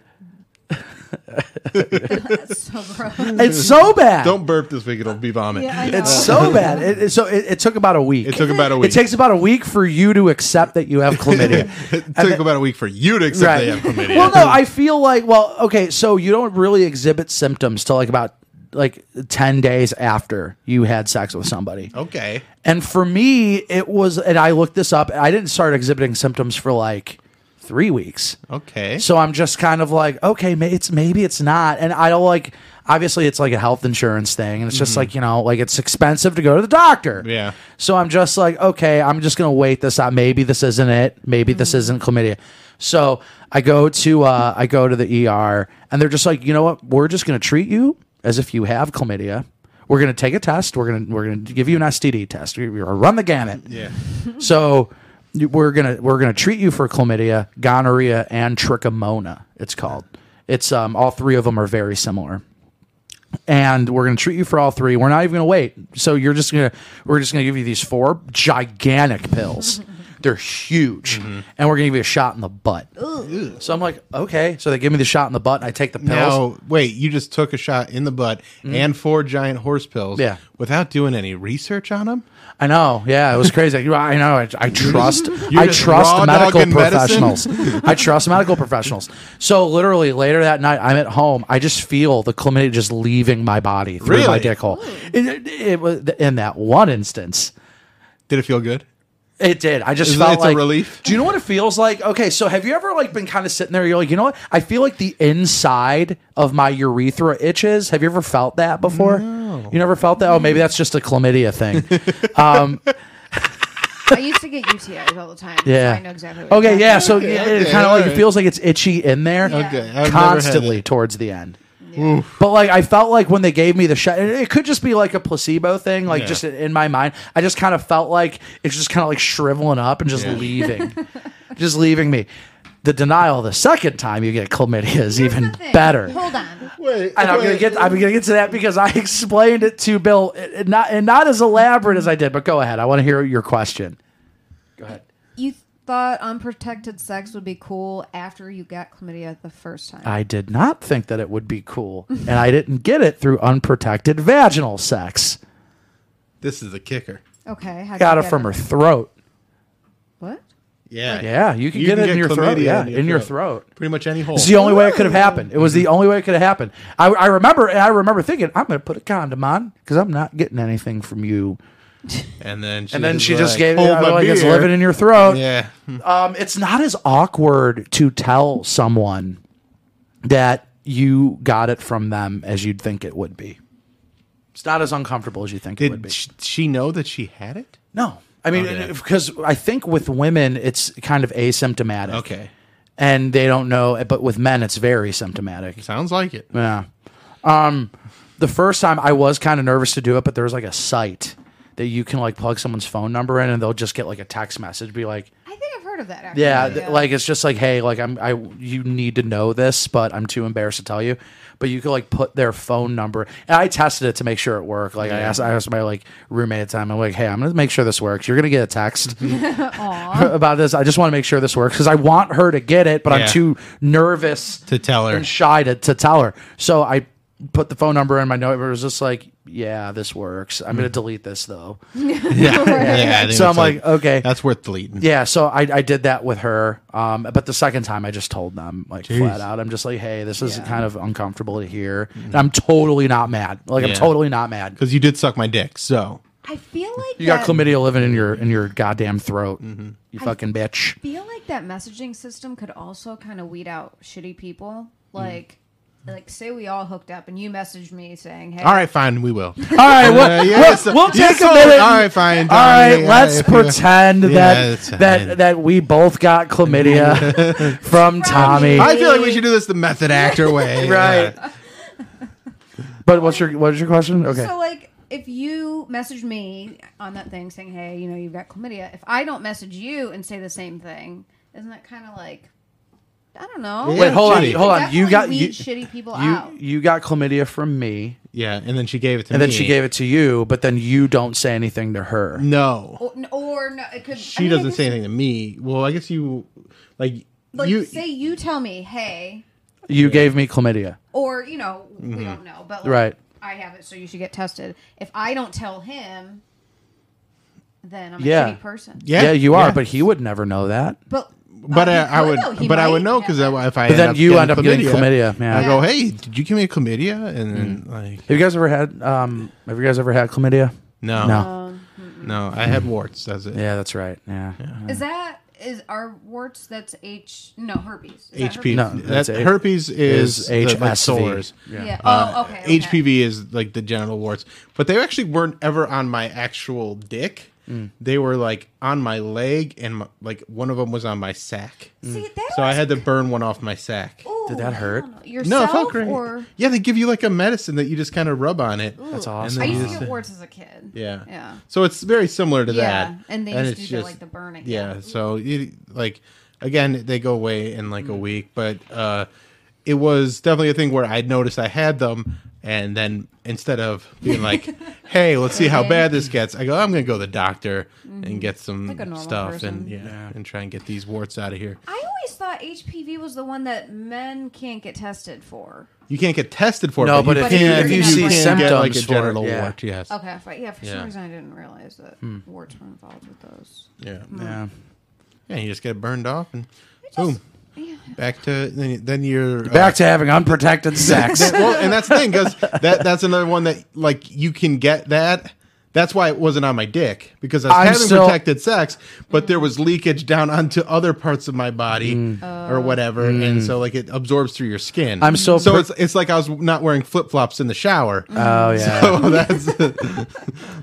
Speaker 4: That's so gross.
Speaker 1: It's so bad.
Speaker 2: Don't burp this week; it'll be vomit.
Speaker 4: Yeah, I know.
Speaker 1: It's so bad. It, it- so it, it took about a week.
Speaker 2: It took about a week.
Speaker 1: It takes about a week for you to accept that you have chlamydia.
Speaker 2: It took about a week for you to accept they have chlamydia.
Speaker 1: well, no, I feel like well, okay, so you don't really exhibit symptoms till like about like ten days after you had sex with somebody.
Speaker 2: okay.
Speaker 1: And for me, it was, and I looked this up. I didn't start exhibiting symptoms for like three weeks.
Speaker 2: Okay.
Speaker 1: So I'm just kind of like, okay, ma- it's maybe it's not, and I don't like. Obviously, it's like a health insurance thing, and it's
Speaker 2: Mm-hmm.
Speaker 1: just like you know, like it's expensive to go to the doctor.
Speaker 2: Yeah.
Speaker 1: So I'm just like, okay, I'm just gonna wait this out. Maybe this isn't it. Maybe this isn't chlamydia. E So I go to uh, I go to the ER, and they're just like, you know what? We're just gonna treat you as if you have chlamydia. We're going to take a test. We're going to we're going to give you an STD test. We're going to run the gamut.
Speaker 2: Yeah.
Speaker 1: So you- we're gonna we're gonna treat you for chlamydia, gonorrhea, and trichomona. It's called. It's um all three of them are very similar, and we're gonna treat you for all three. We're not even gonna wait. So you're just gonna we're just gonna give you these four gigantic pills. They're huge, and we're gonna give you a shot in the butt. So I'm like, okay. So they give me the shot in the butt, and I take the pills. Mm-hmm.
Speaker 2: Now, wait, you just took a shot in the butt and four giant horse pills
Speaker 1: Yeah.
Speaker 2: without doing any research on them?
Speaker 1: I know. Yeah, it was crazy. I know. I, I trust. I
Speaker 2: just raw
Speaker 1: trust medical
Speaker 2: dogging medicine?
Speaker 1: professionals. I trust medical professionals. So literally later that night, I'm at home. I just feel the chlamydia just leaving my body through my
Speaker 2: Really?
Speaker 1: dick hole. It, it- it was in that one instance.
Speaker 2: Did it feel good?
Speaker 1: It did. I just
Speaker 2: Is-
Speaker 1: felt
Speaker 2: it's a
Speaker 1: like
Speaker 2: relief?
Speaker 1: Do you know what it feels like? Okay, so have you ever like been kind of sitting there? You're like, you know what? I feel like the inside of my urethra itches. Have you ever felt that before? You never felt that? Oh, maybe that's just a chlamydia thing.
Speaker 4: I used to get UTIs all the time. so
Speaker 1: Yeah.
Speaker 4: I know exactly. What
Speaker 1: Okay,
Speaker 4: you're
Speaker 1: yeah.
Speaker 4: talking
Speaker 1: So
Speaker 2: Okay,
Speaker 1: it- it
Speaker 2: okay,
Speaker 1: kind of like it
Speaker 2: alright.
Speaker 1: feels like it's itchy in there.
Speaker 2: Okay, I've never had
Speaker 1: Ah, Constantly
Speaker 2: it.
Speaker 1: towards the end. But like I felt like when they gave me the shot, and it could just be like a placebo thing, like
Speaker 2: Yeah.
Speaker 1: just in- in my mind. I just kind of felt like it's just kind of like shriveling up and just leaving, just leaving me. The denial the second time you get chlamydia is
Speaker 4: about.
Speaker 1: even
Speaker 4: Here's the thing.
Speaker 1: better.
Speaker 4: Hold on.
Speaker 2: Wait.
Speaker 1: And I'm gonna get I'm gonna get to that because I explained it to Bill, it- it not and not as elaborate as I did. But go ahead, I want to hear your question. Go ahead.
Speaker 4: You thought unprotected sex would be cool after you got chlamydia the first time.
Speaker 1: I did not think that it would be cool, and I didn't get it through unprotected vaginal sex.
Speaker 2: This is the kicker.
Speaker 4: okay. How
Speaker 1: Got it from her throat.
Speaker 4: What?
Speaker 2: Yeah.
Speaker 1: Yeah, you can get it in your throat,
Speaker 2: chlamydia
Speaker 1: yeah, in your throat. Mm-hmm.
Speaker 2: Pretty much any hole.
Speaker 1: It's the only way it could have happened. It was the only way it could have happened. I, I remember, and I remember thinking, I'm going to put a condom on because I'm not getting anything from you.
Speaker 2: and then she
Speaker 1: And then
Speaker 2: was
Speaker 1: she just
Speaker 2: like,
Speaker 1: gave it.
Speaker 2: Hold my
Speaker 1: Like it's
Speaker 2: beer."
Speaker 1: living in your throat.
Speaker 2: Yeah.
Speaker 1: Um, it's not as awkward to tell someone that you got it from them as you'd think it would be. It's not as uncomfortable as you think it would be.
Speaker 2: Did sh- she know that she had it?
Speaker 1: No. I mean,
Speaker 2: Okay.
Speaker 1: because I think with women, it's kind of asymptomatic.
Speaker 2: Okay.
Speaker 1: And they don't know, but with men, it's very symptomatic.
Speaker 2: Sounds like it.
Speaker 1: Yeah. Um, the first time I was kind of nervous to do it, but there was like a site that you can like plug someone's phone number in and they'll just get like a text message, be like,
Speaker 4: I think I've heard of that. Actually.
Speaker 1: yeah, th- like it's just like, hey, like I'm, I, you need to know this, but I'm too embarrassed to tell you. But you could like put their phone number. And I tested it to make sure it worked. Like I asked, I asked my like roommate at the time. I'm like, hey, I'm gonna make sure this works. You're gonna get a text about this. I just want to make sure this works because I want her to get it, but
Speaker 2: Yeah.
Speaker 1: I'm too nervous
Speaker 2: To tell her.
Speaker 1: and shy to, to tell her. So I put the phone number in my note. It was just like, yeah, this works. I'm gonna delete this though.
Speaker 2: Yeah. yeah I think
Speaker 1: So I'm
Speaker 2: that's
Speaker 1: like, okay.
Speaker 2: That's worth deleting.
Speaker 1: Yeah, so I, I did that with her. Um, but the second time, I just told them like flat out. I'm just like, hey, this is kind of uncomfortable to hear. And I'm totally not mad. Like
Speaker 2: Mm-hmm. Yeah.
Speaker 1: I'm totally not mad.
Speaker 2: Because you did suck my dick. So
Speaker 4: I feel like
Speaker 1: You
Speaker 4: that,
Speaker 1: got chlamydia living in your in your goddamn throat.
Speaker 2: Mm-hmm.
Speaker 1: You fucking bitch.
Speaker 4: feel like that messaging system could also kind of weed out shitty
Speaker 1: Mm.
Speaker 4: people. Like, like say we all hooked up and you messaged me saying, "Hey,
Speaker 2: all right, fine, we will.
Speaker 1: All right,
Speaker 2: Uh,
Speaker 1: we'll,
Speaker 2: yeah,
Speaker 1: we'll-
Speaker 2: so-
Speaker 1: we'll
Speaker 2: you
Speaker 1: take a
Speaker 2: sold-
Speaker 1: minute.
Speaker 2: All right, fine.
Speaker 1: All
Speaker 2: Donnie,
Speaker 1: right,
Speaker 2: yeah,
Speaker 1: let's
Speaker 2: yeah.
Speaker 1: pretend
Speaker 2: Yeah,
Speaker 1: that
Speaker 2: it's fine.
Speaker 1: that that we both got chlamydia from Tommy.
Speaker 2: I feel like we should do this the method actor way.
Speaker 1: Right.
Speaker 2: Yeah.
Speaker 1: But what's your what's your question? Okay.
Speaker 4: So like if you message me on that thing saying, Hey, you know, you've got chlamydia, if I don't message you and say the same thing, isn't that kinda like I don't know.
Speaker 2: Yeah,
Speaker 1: Wait, hold on,
Speaker 2: shitty.
Speaker 1: hold on. You
Speaker 4: Definitely
Speaker 1: got
Speaker 4: weed
Speaker 1: you,
Speaker 4: shitty people
Speaker 1: you,
Speaker 4: out.
Speaker 1: you got chlamydia from me.
Speaker 2: Yeah, and then she gave it to
Speaker 1: and
Speaker 2: me.
Speaker 1: then she gave it to you, but then you don't say anything to her. Oh,
Speaker 2: No.
Speaker 4: Or, or no, it could
Speaker 2: She
Speaker 4: I mean, I
Speaker 2: doesn't
Speaker 4: guess-
Speaker 2: say anything to me. Well, I guess you, like,
Speaker 4: Like
Speaker 2: you.
Speaker 4: say you tell me, hey,
Speaker 1: You gave me chlamydia.
Speaker 4: or you know,
Speaker 2: Mm-hmm.
Speaker 4: we don't know, but like,
Speaker 1: Right.
Speaker 4: I have it, so you should get tested. If I don't tell him, then I'm a
Speaker 1: Yeah.
Speaker 4: shitty person.
Speaker 1: Yeah,
Speaker 2: yeah,
Speaker 1: you are,
Speaker 2: yeah.
Speaker 1: but he would never know that.
Speaker 4: But
Speaker 1: Oh,
Speaker 2: But
Speaker 4: uh,
Speaker 2: uh,
Speaker 4: he
Speaker 2: I
Speaker 4: could,
Speaker 2: would,
Speaker 4: though. He
Speaker 2: but I would
Speaker 4: might
Speaker 2: know
Speaker 4: have
Speaker 2: because
Speaker 4: it.
Speaker 2: if I
Speaker 1: But
Speaker 2: end
Speaker 1: then
Speaker 2: up
Speaker 1: you end up getting chlamdia, yeah. Mm.
Speaker 2: I go,
Speaker 4: Yeah.
Speaker 2: hey, did you give me a chlamydia? And then like,
Speaker 1: Have you guys ever had? Um, have you guys ever had chlamydia?
Speaker 2: no,
Speaker 1: No.
Speaker 2: no, I had warts. That's it.
Speaker 1: yeah, that's right. Yeah.
Speaker 4: Is that is our warts? That's H. No, herpes. Is that
Speaker 2: HPV.
Speaker 4: herpes?
Speaker 1: No,
Speaker 2: that
Speaker 1: that's it.
Speaker 2: herpes is,
Speaker 1: Is
Speaker 2: the, like,
Speaker 1: HSV.
Speaker 2: sores.
Speaker 4: Yeah.
Speaker 2: Uh,
Speaker 4: Oh, okay. okay.
Speaker 2: HPV is like the genital warts, but they actually weren't ever on my actual dick.
Speaker 1: Mm.
Speaker 2: They were like on my leg, and my, like one of them was on my sack.
Speaker 4: See, that
Speaker 1: Mm.
Speaker 2: So I
Speaker 4: was-
Speaker 2: had to burn one off my sack.
Speaker 4: Ooh,
Speaker 1: Did that hurt?
Speaker 4: Yourself
Speaker 2: it felt great.
Speaker 4: or
Speaker 2: Yeah, they give you like a medicine that you just kind of rub on it.
Speaker 1: That's
Speaker 4: I
Speaker 1: awesome.
Speaker 2: then you
Speaker 4: used
Speaker 2: just-
Speaker 4: to get warts as a kid.
Speaker 2: Yeah.
Speaker 4: Yeah.
Speaker 2: So it's very similar to
Speaker 4: Yeah,
Speaker 2: that.
Speaker 4: and they used to do the, like, the burning.
Speaker 2: Yeah. So you like again, they go away in like a
Speaker 4: Mm-hmm.
Speaker 2: week, but uh it was definitely a thing where I noticed I had them and then instead of being like, Hey, let's see how bad this gets, I go, I'm gonna go to the doctor and get some
Speaker 4: Mm-hmm. Like a normal
Speaker 2: stuff and
Speaker 4: person.
Speaker 2: yeah, and try and get these warts out of here.
Speaker 4: I always thought HPV was the one that men can't get tested for.
Speaker 2: You can't get tested for it,
Speaker 1: No, but
Speaker 2: but, you
Speaker 4: if you-
Speaker 2: can,
Speaker 4: if you see
Speaker 2: can get, like a
Speaker 1: symptoms for it,
Speaker 2: genital
Speaker 1: yeah.
Speaker 2: wart, yes.
Speaker 4: Okay, fi- yeah. For
Speaker 2: Yeah. Hmm.
Speaker 4: some reason, I didn't realize that warts were involved with those.
Speaker 2: Yeah.
Speaker 1: Yeah.
Speaker 2: Yeah, you just get burned off and boom. Back to then, then you're uh,
Speaker 1: Back to having unprotected sex.
Speaker 2: that- well, and that's the thing because that that's another one that like you can get that. That's why it wasn't on my dick because I was
Speaker 1: I'm
Speaker 2: having
Speaker 1: still-
Speaker 2: protected sex, but there was leakage down onto other parts of my body or whatever, and so like it absorbs through your skin.
Speaker 1: Mm. I'm so
Speaker 2: so
Speaker 1: pr-
Speaker 2: it's it's like I was not wearing flip flops in the shower.
Speaker 1: oh yeah.
Speaker 2: so that's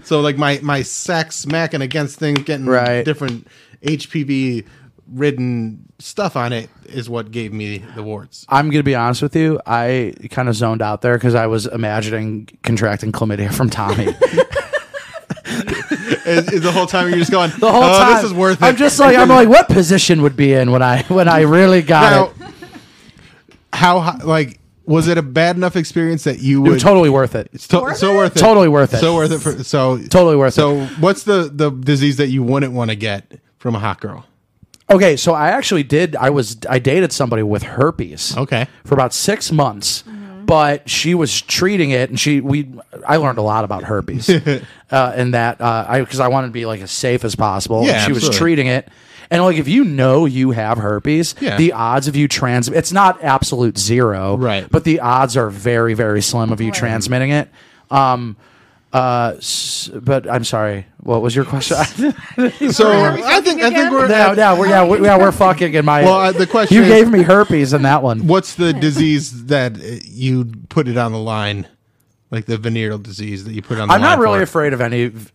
Speaker 2: so like my my sack smacking against things, getting
Speaker 1: Right.
Speaker 2: different HPV ridden stuff on it is what gave me the warts.
Speaker 1: I'm gonna be honest with you. I kind of zoned out there because I was imagining contracting chlamydia from Tommy.
Speaker 2: is, is the whole time you're just going
Speaker 1: the whole
Speaker 2: "Oh,
Speaker 1: time.
Speaker 2: This is worth it.
Speaker 1: I'm just like I'm like, what position would be in when I when I really got
Speaker 2: now,
Speaker 1: it?
Speaker 2: how hi- like was it a bad enough experience that you
Speaker 1: It
Speaker 2: would
Speaker 1: was totally worth it.
Speaker 2: it's to-
Speaker 4: Worth
Speaker 2: so
Speaker 4: it?
Speaker 2: worth it
Speaker 1: Totally worth it.
Speaker 2: so worth it for so
Speaker 1: Totally worth
Speaker 2: so what's the the disease that you wouldn't want to get from a hot girl?
Speaker 1: Okay, so I actually did. I was I dated somebody with herpes.
Speaker 2: Okay.
Speaker 1: for about six months. But she was treating it, and she we I learned a lot about herpes, uh, and that uh, I because I wanted to be like as safe as possible.
Speaker 2: Yeah,
Speaker 1: she was
Speaker 2: absolutely.
Speaker 1: treating it, and like if you know you have herpes,
Speaker 2: Yeah.
Speaker 1: the odds of you trans it's not absolute zero,
Speaker 2: Right.
Speaker 1: But the odds are very very slim of you transmitting it. Um, uh, s- but I'm sorry, what was your question?
Speaker 2: So
Speaker 4: Are we
Speaker 2: I think I think
Speaker 4: again?
Speaker 2: we're
Speaker 1: no, no, we're yeah, we're, yeah, we're fucking in my.
Speaker 2: Well, uh, the question
Speaker 1: you
Speaker 2: is-
Speaker 1: gave me herpes in that one.
Speaker 2: what's the disease that uh, you put it on the line, like the venereal disease that you put on. the
Speaker 1: I'm
Speaker 2: line
Speaker 1: not really
Speaker 2: for?
Speaker 1: afraid of any v-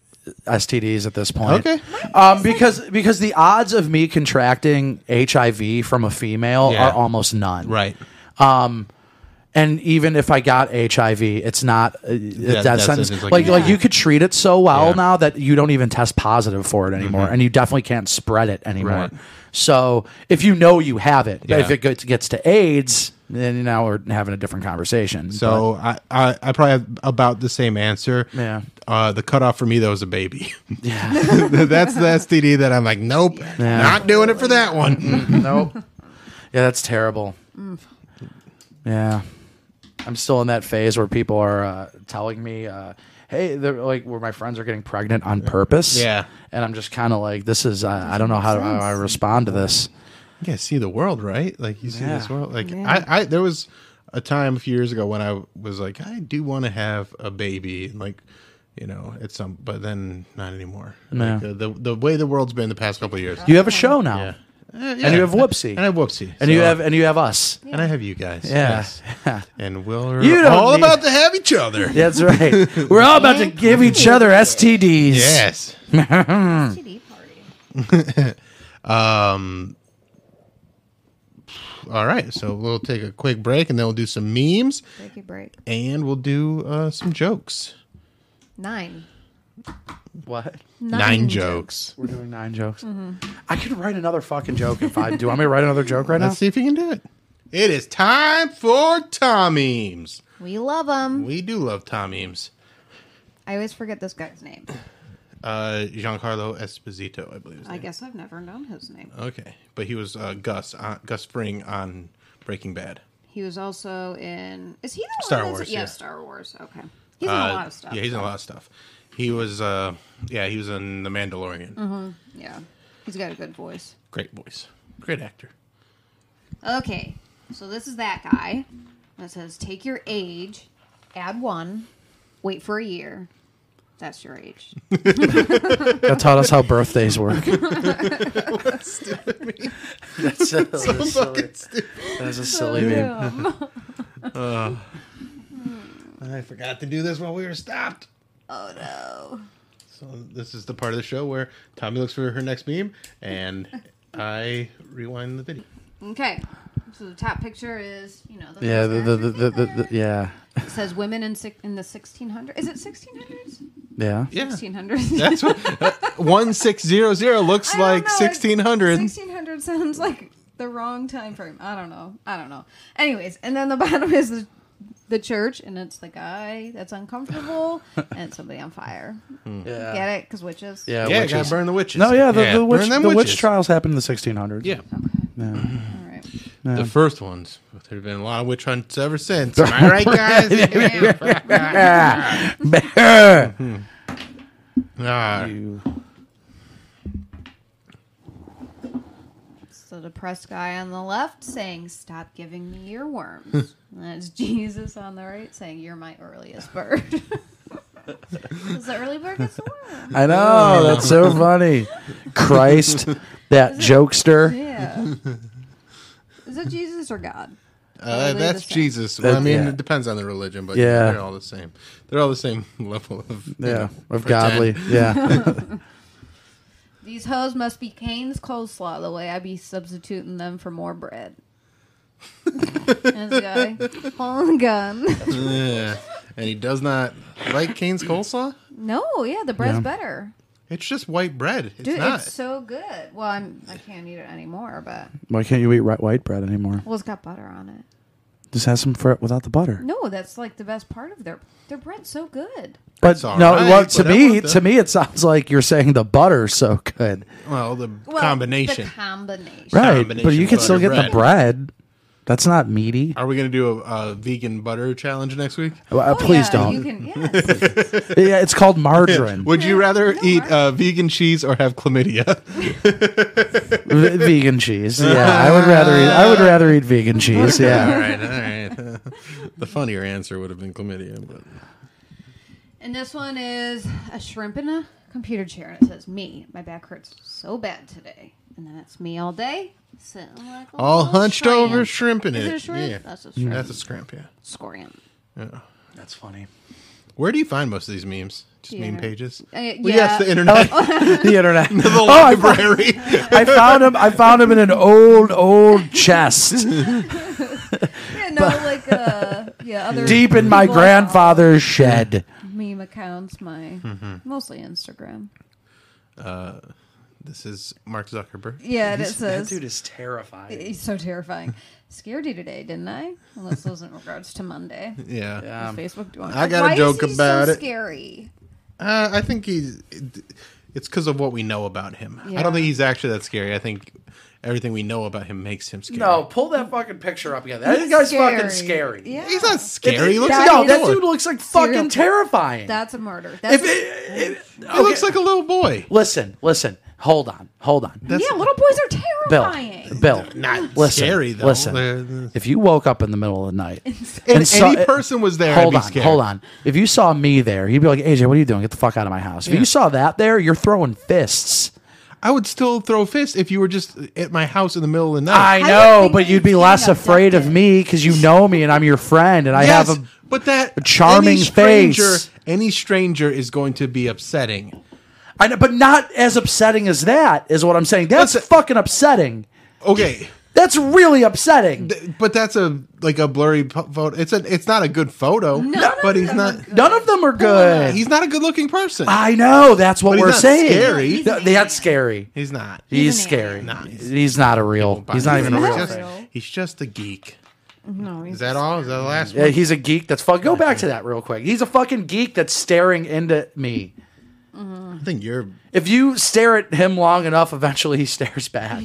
Speaker 1: STDs at this point.
Speaker 2: Okay.
Speaker 1: Um, because because the odds of me contracting HIV from a female
Speaker 2: Yeah.
Speaker 1: are almost none.
Speaker 2: right.
Speaker 1: And even if I got HIV, it's not a, a death
Speaker 2: that's it.
Speaker 1: sentence.
Speaker 2: It's
Speaker 1: Like
Speaker 2: like-
Speaker 1: like, you could treat it so well
Speaker 2: Yeah. Mm-hmm.
Speaker 1: now that you don't even test positive for it anymore, and you definitely can't spread it anymore.
Speaker 2: Right.
Speaker 1: So if you know you have it, but if
Speaker 2: Yeah.
Speaker 1: it gets, gets to AIDS, then now we're having a different conversation.
Speaker 2: So I, I I probably have about the same answer.
Speaker 1: Yeah.
Speaker 2: Uh, the cutoff for me though is a baby. Yeah. That's the STD that I'm like, nope, not doing it for that one.
Speaker 1: But- nope. Yeah, that's terrible.
Speaker 2: Mm.
Speaker 1: Yeah. I'm still in that phase where people are uh, telling me, uh, hey, they're like where my friends are getting pregnant on purpose.
Speaker 2: Yeah.
Speaker 1: And I'm just kind of like, this is, uh, I don't know how, how I respond to this.
Speaker 2: you guys see the world, right? Like you see this
Speaker 1: Yeah.
Speaker 2: world. Like I, I, there was a time a few years ago when I was like, I do want to have a baby, and like, you know, at some, but then not anymore.
Speaker 1: No.
Speaker 2: Like, uh, the the way the world's been the past couple of years.
Speaker 1: You have a show now.
Speaker 2: yeah. Uh, yeah.
Speaker 1: And you have Whoopsie.
Speaker 2: And I have Whoopsie.
Speaker 1: And you
Speaker 2: So-
Speaker 1: have and you have us.
Speaker 2: and I have you guys.
Speaker 1: Yeah.
Speaker 2: Yes. and we're
Speaker 1: You don't
Speaker 2: all
Speaker 1: need-
Speaker 2: about to have each other.
Speaker 1: That's right. We're all about to give each other STDs.
Speaker 2: Yes. Hmm.
Speaker 4: STD party.
Speaker 2: All right. So we'll take a quick break and then we'll do some memes
Speaker 4: Breaky break.
Speaker 2: and we'll do uh, some jokes.
Speaker 4: Nine.
Speaker 1: What?
Speaker 2: Nine, jokes.
Speaker 1: We're doing nine jokes. I could write another fucking joke if I do. I'm gonna write another joke right now.
Speaker 2: Let's see if you can do it. It is time for Tom Eames.
Speaker 4: We love them.
Speaker 2: We do love Tom Eames.
Speaker 4: I always forget this guy's name.
Speaker 2: Uh, Giancarlo Esposito, I believe. his
Speaker 4: I
Speaker 2: name.
Speaker 4: guess I've never known his name.
Speaker 2: Okay. But he was uh, Gus, uh, Gus Fring on Breaking Bad.
Speaker 4: He was also in. Is he the one
Speaker 2: Star
Speaker 4: that's-
Speaker 2: Wars,
Speaker 4: Yeah,
Speaker 2: yeah.
Speaker 4: Star Wars. Okay. He's in a
Speaker 2: Uh,
Speaker 4: lot of stuff.
Speaker 2: Yeah, he's in a lot of stuff. He was, uh, yeah, he was in The Mandalorian.
Speaker 4: Mm-hmm. Yeah. He's got a good voice.
Speaker 2: Great voice. Great actor.
Speaker 4: Okay, so this is that guy that says, "Take your age, add one, wait for a year. That's your age."
Speaker 1: That taught us how birthdays work. That's so, silly. That's a silly meme.
Speaker 2: I forgot to do this while we were stopped.
Speaker 4: oh no!
Speaker 2: So this is the part of the show where Tommy looks for her next meme, and I rewind the video.
Speaker 4: Okay, So the top picture is, you know, the
Speaker 1: Yeah, the,
Speaker 4: first
Speaker 1: the, the,
Speaker 4: answer
Speaker 1: the, the,
Speaker 4: thing
Speaker 1: the yeah,
Speaker 4: there. It says women in six, in the 1600s. Is it 1600s?
Speaker 1: yeah.
Speaker 2: Yeah.
Speaker 4: 1600s.
Speaker 2: That's what uh, one six zero zero looks
Speaker 4: I don't
Speaker 2: like
Speaker 4: know, it-
Speaker 2: sixteen hundred.
Speaker 4: 1600 sounds like the wrong time frame. I don't know. I don't know. Anyways, and then the bottom is the, the church, and it's the guy that's uncomfortable and somebody on fire.
Speaker 1: Yeah.
Speaker 4: Get it? Because witches.
Speaker 2: Yeah,
Speaker 1: witches.
Speaker 2: gotta burn the witches.
Speaker 1: No, yeah, the, the, witch,
Speaker 2: burn them
Speaker 1: the witch
Speaker 2: witches.
Speaker 1: trials happened in the 1600s.
Speaker 2: Yeah.
Speaker 4: All right.
Speaker 2: the first ones. There have been a lot of witch hunts ever since. Am I right, guys?
Speaker 1: Yeah.
Speaker 2: Ah,
Speaker 4: So the depressed guy on the left saying, "Stop giving me earworms." and that's Jesus on the right saying, "You're my earliest bird." Because the early bird gets the worm.
Speaker 1: I know. That's so funny. Christ, that jokester.
Speaker 4: Yeah. Is it Jesus or God?
Speaker 2: uh,
Speaker 4: the
Speaker 2: that's
Speaker 4: same.
Speaker 2: Jesus. Well, I
Speaker 1: That-
Speaker 2: mean,
Speaker 1: yeah.
Speaker 2: it depends on the religion, but
Speaker 1: Yeah.
Speaker 2: yeah. they're all the same. They're all the same level of you
Speaker 1: Yeah,
Speaker 2: know,
Speaker 1: of
Speaker 2: pretend.
Speaker 1: godly. Yeah.
Speaker 4: These hoes must be Cain's coleslaw. The way I be substituting them for more bread. There's the guy holding a gun.
Speaker 2: Yeah. And he does not like Kane's coleslaw.
Speaker 4: No, yeah, the bread's better.
Speaker 2: It's just white bread. It's
Speaker 4: Dude,
Speaker 2: not.
Speaker 4: it's so good. Well, I'm I can't eat it anymore, but
Speaker 1: Why can't you eat ri- white bread anymore?
Speaker 4: well, it's got butter on it.
Speaker 1: Just have some for without the butter.
Speaker 4: No, that's like the best part of their their bread's so good.
Speaker 1: But
Speaker 2: It's all
Speaker 1: no,
Speaker 2: right,
Speaker 1: well, to
Speaker 2: but I
Speaker 1: me,
Speaker 2: want the-
Speaker 1: to me, it sounds like you're saying the butter's so good,
Speaker 2: well, the
Speaker 4: Well,
Speaker 2: combination.
Speaker 4: The combination.
Speaker 1: right? Uh,
Speaker 2: Combination
Speaker 1: But you can
Speaker 2: butter
Speaker 1: still get the
Speaker 2: bread.
Speaker 1: bread. That's not meaty.
Speaker 2: Are we going to do a, a vegan butter challenge next week?
Speaker 1: Well,
Speaker 4: Oh,
Speaker 1: please
Speaker 4: yeah,
Speaker 1: don't.
Speaker 4: You can, yes.
Speaker 1: yeah, it's called margarine.
Speaker 2: Would you rather
Speaker 4: No,
Speaker 2: eat
Speaker 4: I-
Speaker 2: uh, vegan cheese or have chlamydia?
Speaker 1: V- vegan cheese. Yeah, I would rather eat. I would rather eat vegan cheese.
Speaker 2: all
Speaker 1: Yeah.
Speaker 2: right, all right. the funnier answer would have been chlamydia, but
Speaker 4: and this one is a shrimp in a computer chair, and it says me. My back hurts so bad today, and then it's me all day. Sitting like a
Speaker 2: all
Speaker 4: little
Speaker 2: hunched
Speaker 4: shrimp.
Speaker 2: over shrimp in
Speaker 4: Is
Speaker 2: it.
Speaker 4: it a shrimp?
Speaker 2: Yeah. Mm.
Speaker 4: That's
Speaker 1: Mm-hmm.
Speaker 4: a shrimp.
Speaker 2: That's a scrimp, yeah.
Speaker 4: Scorium.
Speaker 1: That's funny.
Speaker 2: Where do you find most of these memes? Just meme
Speaker 4: Yeah.
Speaker 2: pages?
Speaker 4: Uh, yeah.
Speaker 2: Well, yes, the internet.
Speaker 1: The internet.
Speaker 2: the
Speaker 1: oh, I, fo-
Speaker 2: library.
Speaker 1: I found him. I found him in an old, old chest,
Speaker 4: yeah, no, like uh, yeah, other
Speaker 1: deep in my
Speaker 4: people I
Speaker 1: grandfather's shed.
Speaker 4: follow. meme accounts. My mostly Instagram.
Speaker 2: this is Mark Zuckerberg.
Speaker 4: Yeah, and it says
Speaker 1: is terrifying.
Speaker 4: He's so terrifying. Scared you today, didn't I? Well, this was in regards to Monday.
Speaker 2: Yeah.
Speaker 4: His Facebook doing.
Speaker 2: I got a
Speaker 4: Why
Speaker 2: joke
Speaker 4: is he
Speaker 2: about
Speaker 4: so
Speaker 2: it.
Speaker 4: Scary.
Speaker 2: Uh, I think he's. It's because of what we know about him. I
Speaker 4: Yeah.
Speaker 2: don't think he's actually that scary. I think everything we know about him makes him scary.
Speaker 1: No, pull that fucking picture up again. That guy's fucking scary.
Speaker 4: Scary. Yeah.
Speaker 2: He's not scary. He looks
Speaker 4: That
Speaker 2: like
Speaker 1: no,
Speaker 2: a
Speaker 4: is-
Speaker 1: that
Speaker 2: boy.
Speaker 1: dude looks like
Speaker 4: Serial
Speaker 1: fucking
Speaker 4: killer.
Speaker 1: terrifying.
Speaker 4: That's a murder. That's
Speaker 1: if it, it-
Speaker 2: He looks like a little boy.
Speaker 1: listen, listen, hold on, hold on.
Speaker 4: yeah, little boys are
Speaker 1: Bill,
Speaker 4: terrifying.
Speaker 1: Bill,
Speaker 2: Not
Speaker 1: listen,
Speaker 2: scary, though. They're-
Speaker 1: Listen,
Speaker 2: they're-
Speaker 1: if you woke up in the middle of the night and,
Speaker 2: any person was there, I'd
Speaker 1: hold
Speaker 2: be
Speaker 1: on,
Speaker 2: scared.
Speaker 1: hold on. If you saw me there, you'd be like, AJ, what are you doing? Get the fuck out of my house. If you saw that there, you're throwing fists.
Speaker 2: I would still throw fists if you were just at my house in the middle of the night.
Speaker 1: I
Speaker 4: would
Speaker 1: know,
Speaker 4: think
Speaker 1: but
Speaker 4: you
Speaker 1: you'd be
Speaker 4: being
Speaker 1: less afraid of
Speaker 4: abducted.
Speaker 1: me because you know me and I'm your friend and I
Speaker 2: Yes,
Speaker 1: have a
Speaker 2: but that
Speaker 1: charming
Speaker 2: any stranger,
Speaker 1: face.
Speaker 2: Any stranger is going to be upsetting.
Speaker 1: I know, but not as upsetting as that is what I'm saying. That's
Speaker 2: Listen-
Speaker 1: fucking upsetting.
Speaker 2: Okay,
Speaker 1: That's really upsetting.
Speaker 2: th- but that's a like a blurry po- photo. It's a it's not a good photo.
Speaker 4: None
Speaker 2: but
Speaker 4: of
Speaker 2: he's
Speaker 4: them
Speaker 2: not
Speaker 4: look good.
Speaker 1: None of them are good.
Speaker 2: he's not a good looking person.
Speaker 1: I know. That's what
Speaker 2: But he's
Speaker 1: we're
Speaker 2: not
Speaker 1: saying.
Speaker 2: scary.
Speaker 1: Th-
Speaker 2: He's
Speaker 4: an alien.
Speaker 1: that's scary.
Speaker 2: he's not.
Speaker 1: He's,
Speaker 4: an
Speaker 1: scary.
Speaker 4: alien.
Speaker 2: Nah, he's-
Speaker 1: He's not a real. He's not even a
Speaker 4: He's
Speaker 1: real.
Speaker 4: not
Speaker 2: just,
Speaker 4: real.
Speaker 2: He's just a geek.
Speaker 4: No, he's
Speaker 2: Is that all? Is that the last
Speaker 1: Yeah,
Speaker 2: one?
Speaker 1: he's a geek. That's fuck. Go back to that real quick. He's a fucking geek that's staring into me.
Speaker 2: I think you're.
Speaker 1: If you stare at him long enough, eventually he stares back.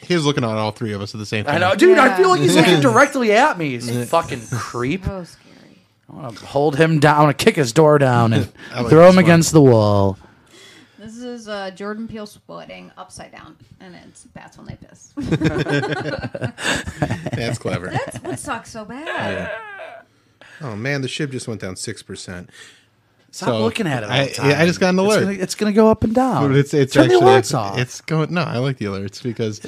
Speaker 2: He was looking at all three of us at the same time.
Speaker 1: I know, dude. I
Speaker 4: Yeah.
Speaker 1: feel like he's looking directly at me. He's a fucking creep.
Speaker 4: so Oh, scary.
Speaker 1: I want to hold him down. I want to kick his door down and
Speaker 2: I like
Speaker 1: throw
Speaker 2: this
Speaker 1: him
Speaker 2: one.
Speaker 1: against the wall.
Speaker 4: This is uh, Jordan Peele sweating upside down, and it's bats when they piss.
Speaker 2: That's clever.
Speaker 4: That's what sucks so bad.
Speaker 2: oh man, the ship just went down six percent.
Speaker 1: Stop
Speaker 2: So,
Speaker 1: looking at it. All
Speaker 2: I-
Speaker 1: the time.
Speaker 2: yeah, I just got an
Speaker 1: It's
Speaker 2: alert.
Speaker 1: gonna- It's going to go up and down.
Speaker 2: But it's it's
Speaker 1: Turn
Speaker 2: actually
Speaker 1: the alerts off.
Speaker 2: it's going. No, I like the alerts because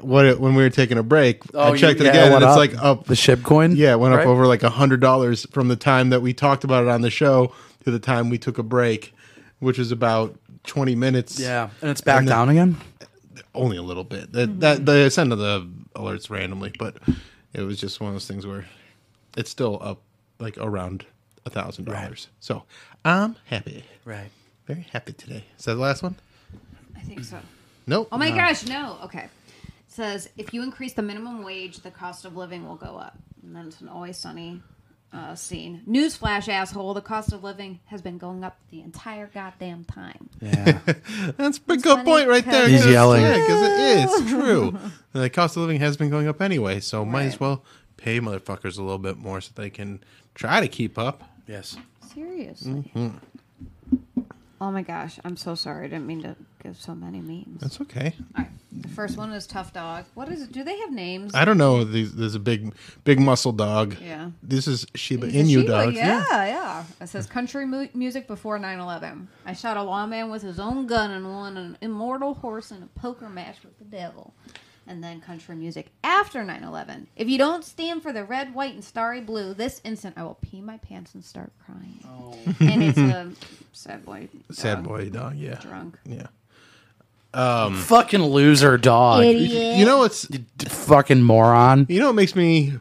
Speaker 2: what it, when we were taking a break,
Speaker 1: Oh,
Speaker 2: I
Speaker 1: you-
Speaker 2: checked
Speaker 1: yeah,
Speaker 2: it again,
Speaker 1: it
Speaker 2: and
Speaker 1: went
Speaker 2: it's
Speaker 1: up.
Speaker 2: like up
Speaker 1: The SHIB coin?
Speaker 2: Yeah, it went
Speaker 1: Right.
Speaker 2: up over like a hundred dollars from the time that we talked about it on the show to the time we took a break, which was about twenty minutes.
Speaker 1: yeah, and it's back
Speaker 2: And then-
Speaker 1: down again.
Speaker 2: only a little bit. That
Speaker 4: Mm-hmm.
Speaker 2: that they send the alerts randomly, but it was just one of those things where it's still up like around a thousand dollars. So I'm happy,
Speaker 1: Right.
Speaker 2: very happy today. Is that the last one?
Speaker 4: I think so.
Speaker 2: Nope.
Speaker 4: Oh my
Speaker 2: No.
Speaker 4: gosh, no. Okay. It says if you increase the minimum wage, the cost of living will go up. And then it's an always sunny uh, scene. Newsflash, asshole. The cost of living has been going up the entire goddamn time.
Speaker 1: Yeah.
Speaker 2: That's a pretty good
Speaker 4: funny
Speaker 2: point right there.
Speaker 1: He's
Speaker 2: Chris.
Speaker 1: yelling.
Speaker 2: Yeah, because it is true. the cost of living has been going up anyway, so might as
Speaker 4: Right.
Speaker 2: well pay motherfuckers a little bit more so they can try to keep up.
Speaker 1: yes.
Speaker 4: Seriously.
Speaker 2: Mm-hmm.
Speaker 4: Oh my gosh, I'm so sorry. I didn't mean to give so many memes.
Speaker 2: That's okay.
Speaker 4: All right. The first one is Tough Dog. What is it? Do they have names?
Speaker 2: I don't know. These- There's a big, big muscle dog.
Speaker 4: Yeah.
Speaker 2: This is Shiba
Speaker 4: He's a
Speaker 2: Inu
Speaker 4: Shiba,
Speaker 2: dog.
Speaker 4: Yeah, yeah, It says country mu- music before 9 11. I shot a lawman with his own gun and won an immortal horse in a poker match with the devil. And then country music after 9 11. If you don't stand for the red, white, and starry blue, this instant I will pee my pants and start crying. And it's a sad boy.
Speaker 2: Oh. Sad
Speaker 4: dog,
Speaker 2: boy dog. Yeah.
Speaker 4: Drunk.
Speaker 2: Yeah.
Speaker 1: Fucking loser dog.
Speaker 2: You know what's
Speaker 1: D- Fucking moron.
Speaker 2: You know what makes me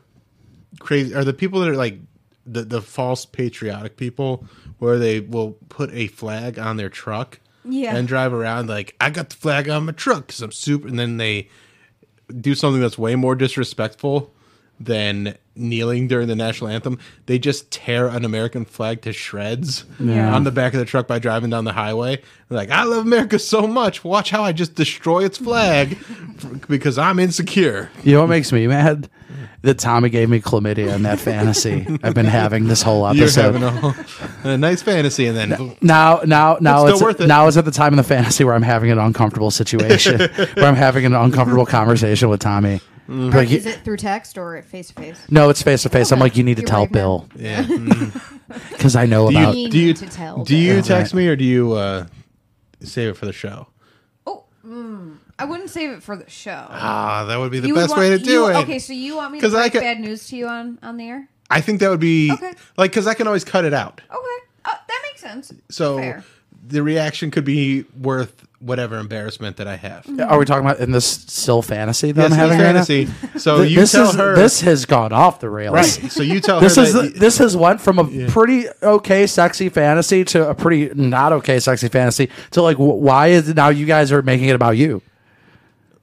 Speaker 2: crazy are the people that are like the the false patriotic people where they will put a flag on their truck
Speaker 4: Yeah.
Speaker 2: and drive around like I got the flag on my truck cuz I'm super and then they do something that's way more disrespectful than kneeling during the national anthem. They just tear an American flag to shreds on the back of the truck by driving down the highway. They're like, I love America so much. Watch how I just destroy its flag f- because I'm insecure.
Speaker 1: You know what makes me mad? That Tommy gave me chlamydia in that fantasy I've been having this whole
Speaker 2: You're
Speaker 1: episode.
Speaker 2: having a, whole- a nice fantasy, and then
Speaker 1: now, now, now
Speaker 2: still
Speaker 1: it's,
Speaker 2: worth it.
Speaker 1: now it's at the time in the fantasy where I'm having an uncomfortable situation, where I'm having an uncomfortable conversation with Tommy.
Speaker 2: Mm.
Speaker 1: Like,
Speaker 4: Is it through text or face to face?
Speaker 1: no, it's face to face. I'm
Speaker 4: Okay.
Speaker 1: like, you need to
Speaker 4: You're
Speaker 1: tell
Speaker 4: right, man.
Speaker 1: Bill
Speaker 2: yeah. Mm.
Speaker 1: because I know
Speaker 2: Do
Speaker 1: about.
Speaker 2: you
Speaker 4: Need
Speaker 2: do you,
Speaker 4: to tell
Speaker 2: do you
Speaker 1: them.
Speaker 2: text me or do you uh, save it for the show?
Speaker 4: Oh, mm, I wouldn't save it for the show.
Speaker 2: Ah, that would be the
Speaker 4: You would
Speaker 2: best
Speaker 4: want-
Speaker 2: way to do
Speaker 4: you-
Speaker 2: it.
Speaker 4: Okay, so you want me to
Speaker 2: 'Cause I
Speaker 4: break
Speaker 2: could-
Speaker 4: bad news to you on on the air?
Speaker 2: I think that would be
Speaker 4: Okay.
Speaker 2: like because I can always cut it out,
Speaker 4: Okay, uh, that makes sense.
Speaker 2: so
Speaker 4: Fair.
Speaker 2: the reaction could be worth whatever embarrassment that I have.
Speaker 4: Mm-hmm.
Speaker 1: Are we talking about in this still fantasy that I'm
Speaker 2: Yes,
Speaker 1: having
Speaker 2: it's fantasy.
Speaker 1: right now?
Speaker 2: So
Speaker 1: Th-
Speaker 2: you
Speaker 1: this
Speaker 2: tell
Speaker 1: is,
Speaker 2: her
Speaker 1: this has gone off the rails.
Speaker 2: right. So you tell
Speaker 1: This
Speaker 2: her
Speaker 1: is
Speaker 2: that
Speaker 1: the, this has went from a pretty okay sexy fantasy to a pretty not okay sexy fantasy to like wh- why is it now you guys are making it about you?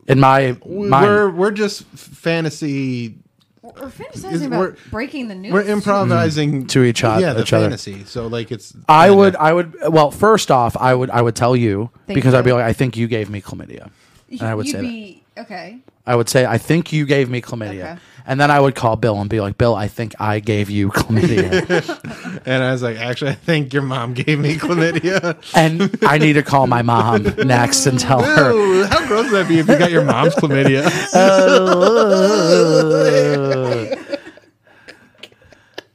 Speaker 1: In my mind,
Speaker 2: we're we're just fantasy.
Speaker 4: We're fantasizing
Speaker 2: Is-
Speaker 4: about
Speaker 2: we're-
Speaker 4: breaking the news.
Speaker 2: We're improvising
Speaker 1: To each oth-
Speaker 2: Yeah, the
Speaker 1: each other.
Speaker 2: fantasy. So like it's.
Speaker 1: I
Speaker 2: kinda-
Speaker 1: would I would well first off I would I would tell you
Speaker 4: Thank
Speaker 1: because I'd be
Speaker 4: you.
Speaker 1: like I think you gave me chlamydia. And I would
Speaker 4: You'd
Speaker 1: say that.
Speaker 4: be, Okay.
Speaker 1: I would say, I think you gave me chlamydia.
Speaker 4: Okay.
Speaker 1: And then I would call Bill and be like, Bill, I think I gave you chlamydia.
Speaker 2: And I was like, actually, I think your mom gave me chlamydia.
Speaker 1: and I need to call my mom next and tell her.
Speaker 2: Ooh, how gross would that be if you got your mom's chlamydia?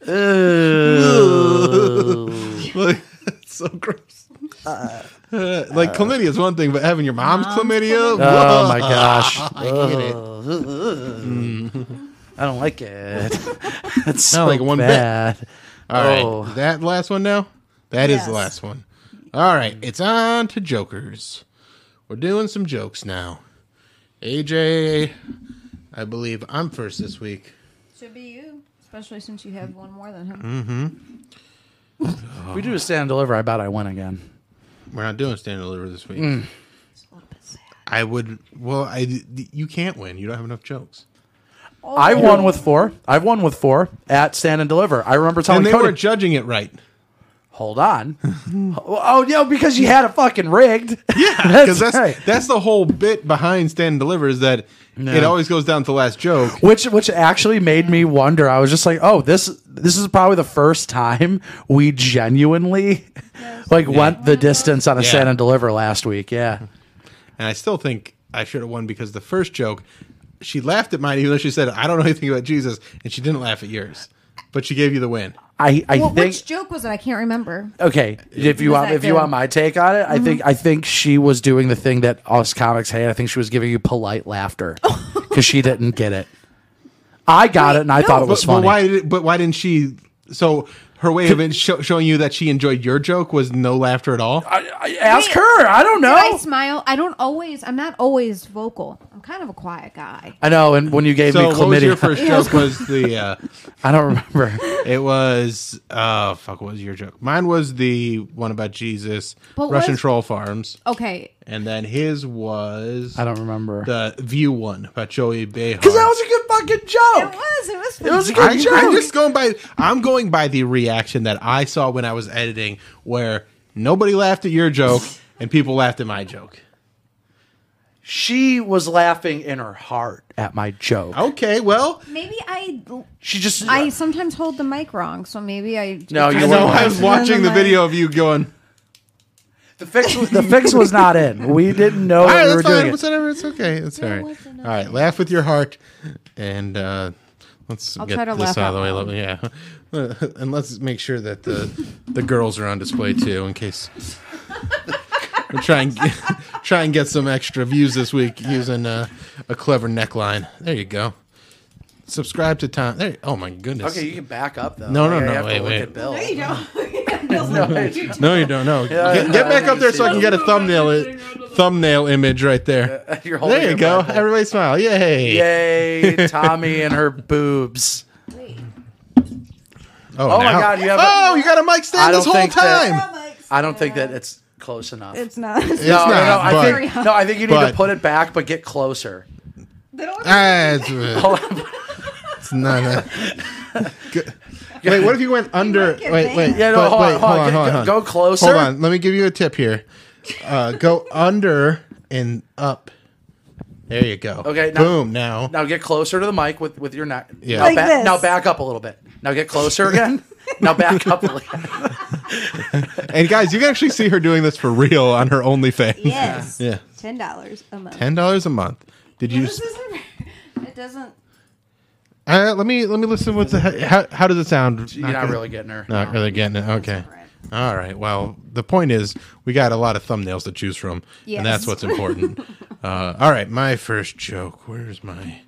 Speaker 1: Oh.
Speaker 2: like, that's so gross. Uh, like chlamydia is one thing, but having your mom's chlamydia,
Speaker 1: Oh my gosh.
Speaker 2: I hate it.
Speaker 1: I don't like it. It's so
Speaker 2: Not like one bit.
Speaker 1: bad.
Speaker 2: All right,
Speaker 1: Oh.
Speaker 2: is that last one now. That is the last
Speaker 4: Yes.
Speaker 2: one. All right, it's on to jokers. We're doing some jokes now. AJ, I believe I'm first this week.
Speaker 4: Should be you, especially since you have one more than him.
Speaker 1: Mm. If we do a stand and deliver, I bet I win again.
Speaker 2: We're not doing stand and deliver this week.
Speaker 1: Mm.
Speaker 4: It's a little bit sad.
Speaker 2: I would. Well, I you can't win. You don't have enough jokes.
Speaker 1: I won with four. I've won with four at stand and deliver. I remember telling
Speaker 2: and they
Speaker 1: Oh, Cody,
Speaker 2: were judging it right.
Speaker 1: hold on. oh, yeah, because you had it fucking rigged. Yeah,
Speaker 2: Because that's that's the whole bit behind stand and deliver is that it always goes down to the last joke.
Speaker 1: which which actually made me wonder. I was just like, oh, this this is probably the first time we genuinely like went the distance on a
Speaker 2: Yeah.
Speaker 1: stand and deliver last week. Yeah,
Speaker 2: And I still think I should have won because the first joke, she laughed at mine even though she said I don't know anything about Jesus, and she didn't laugh at yours, but she gave you the win.
Speaker 1: I I
Speaker 4: Well,
Speaker 1: think
Speaker 4: which joke was it? I can't remember.
Speaker 1: okay. If you
Speaker 4: Was
Speaker 1: want
Speaker 4: that Mm-hmm.
Speaker 1: if you
Speaker 4: good?
Speaker 1: want my take on it, I think I think she was doing the thing that us comics hate. I think she was giving you polite laughter because she didn't get it. I got it and I
Speaker 4: no.
Speaker 1: thought it
Speaker 2: But,
Speaker 1: was
Speaker 2: but
Speaker 1: funny.
Speaker 2: why? Did, but why didn't she? So her way of in- show, showing you that she enjoyed your joke was no laughter at all.
Speaker 1: I, I, ask her. I don't know.
Speaker 4: I smile. I don't always. I'm not always vocal. I'm kind of a quiet guy.
Speaker 1: I know. And when you gave
Speaker 2: So
Speaker 1: me
Speaker 2: what was your
Speaker 1: chlamydia,
Speaker 2: first joke? Was the uh,
Speaker 1: I don't remember.
Speaker 2: it was uh fuck? What was your joke? Mine was the one about Jesus,
Speaker 4: But
Speaker 2: Russian
Speaker 4: was-
Speaker 2: troll farms,
Speaker 4: Okay.
Speaker 2: and then his was
Speaker 1: I don't remember.
Speaker 2: the view one about Joey Behar.
Speaker 1: Because that was a good fucking joke.
Speaker 4: It was. It was.
Speaker 1: It was a
Speaker 2: I,
Speaker 1: good joke.
Speaker 2: am just going by. I'm going by the reaction that I saw when I was editing, where nobody laughed at your joke and people laughed at my joke.
Speaker 1: she was laughing in her heart at my joke.
Speaker 2: Okay, well,
Speaker 4: Maybe I.
Speaker 1: She just.
Speaker 4: I sometimes hold the mic wrong, so maybe I.
Speaker 1: No, you
Speaker 2: I know I was
Speaker 1: Never
Speaker 2: watching the video of you going.
Speaker 1: the fix. Was, the fix was not in. We didn't know
Speaker 2: All
Speaker 1: that
Speaker 2: right,
Speaker 1: Oh, we were
Speaker 2: that's fine.
Speaker 1: doing it.
Speaker 2: It's, whatever, it's okay. It's all right. All right, laugh with your heart, and uh, let's
Speaker 4: I'll
Speaker 2: get
Speaker 4: try to
Speaker 2: this
Speaker 4: laugh
Speaker 2: out of the
Speaker 4: out
Speaker 2: way.
Speaker 4: loud.
Speaker 2: Yeah, and let's make sure that the the girls are on display too, in case we're trying try and get some extra views this week using uh, a clever neckline. There you go. Subscribe to Tom. There. Oh my goodness.
Speaker 1: Okay, you can back up though.
Speaker 2: No, no,
Speaker 1: Like, I
Speaker 2: no,
Speaker 1: have to
Speaker 2: wait,
Speaker 1: look
Speaker 2: wait.
Speaker 1: at Bill.
Speaker 4: There you go.
Speaker 2: no, you don't. No, get, get back up there so I can get a thumbnail thumbnail image right there.
Speaker 1: You're holding
Speaker 2: There you
Speaker 1: it
Speaker 2: go.
Speaker 1: back up.
Speaker 2: Everybody smile. Yay.
Speaker 1: Yay, Tommy and her boobs.
Speaker 2: Oh,
Speaker 1: my
Speaker 2: now-
Speaker 1: God, you have a-
Speaker 2: oh, you got a mic
Speaker 1: I
Speaker 2: stand
Speaker 1: don't
Speaker 2: this whole
Speaker 1: think that-
Speaker 2: time.
Speaker 1: I don't think that it's close enough. Oh,
Speaker 4: It's not.
Speaker 2: It's not.
Speaker 1: no, no,
Speaker 2: but,
Speaker 1: I think, no, I think you need
Speaker 2: but-
Speaker 1: to put it back, but get closer.
Speaker 2: Ah, it's, it's not. A, Good. Wait, what if you went under?
Speaker 4: get
Speaker 2: Wait, wait,
Speaker 4: banned.
Speaker 1: Yeah, no,
Speaker 2: but
Speaker 1: hold on,
Speaker 2: wait,
Speaker 1: hold on, go- go closer.
Speaker 2: Hold on, let me give you a tip here. Uh, go under and up. There you go.
Speaker 1: Okay, now-
Speaker 2: boom. Now,
Speaker 1: Now get closer to the mic with, with your neck.
Speaker 2: Yeah.
Speaker 1: Now,
Speaker 2: Like
Speaker 4: this.
Speaker 1: now back up a little bit. Now get closer again. now back up a little.
Speaker 2: and guys, you can actually see her doing this for real on her OnlyFans.
Speaker 4: Yes.
Speaker 2: Yeah.
Speaker 4: Ten dollars a month.
Speaker 2: ten dollars a month. Did you?
Speaker 4: This
Speaker 2: Just,
Speaker 4: isn't. It doesn't.
Speaker 2: uh, let me let me listen. What's the how? How does it sound?
Speaker 1: You're not
Speaker 2: gonna-
Speaker 1: really getting her.
Speaker 2: Not really getting it. Okay. All right. Well, the point is, we got a lot of thumbnails to choose from, and that's
Speaker 4: Yes.
Speaker 2: what's important. uh, all right. My first joke. Where's my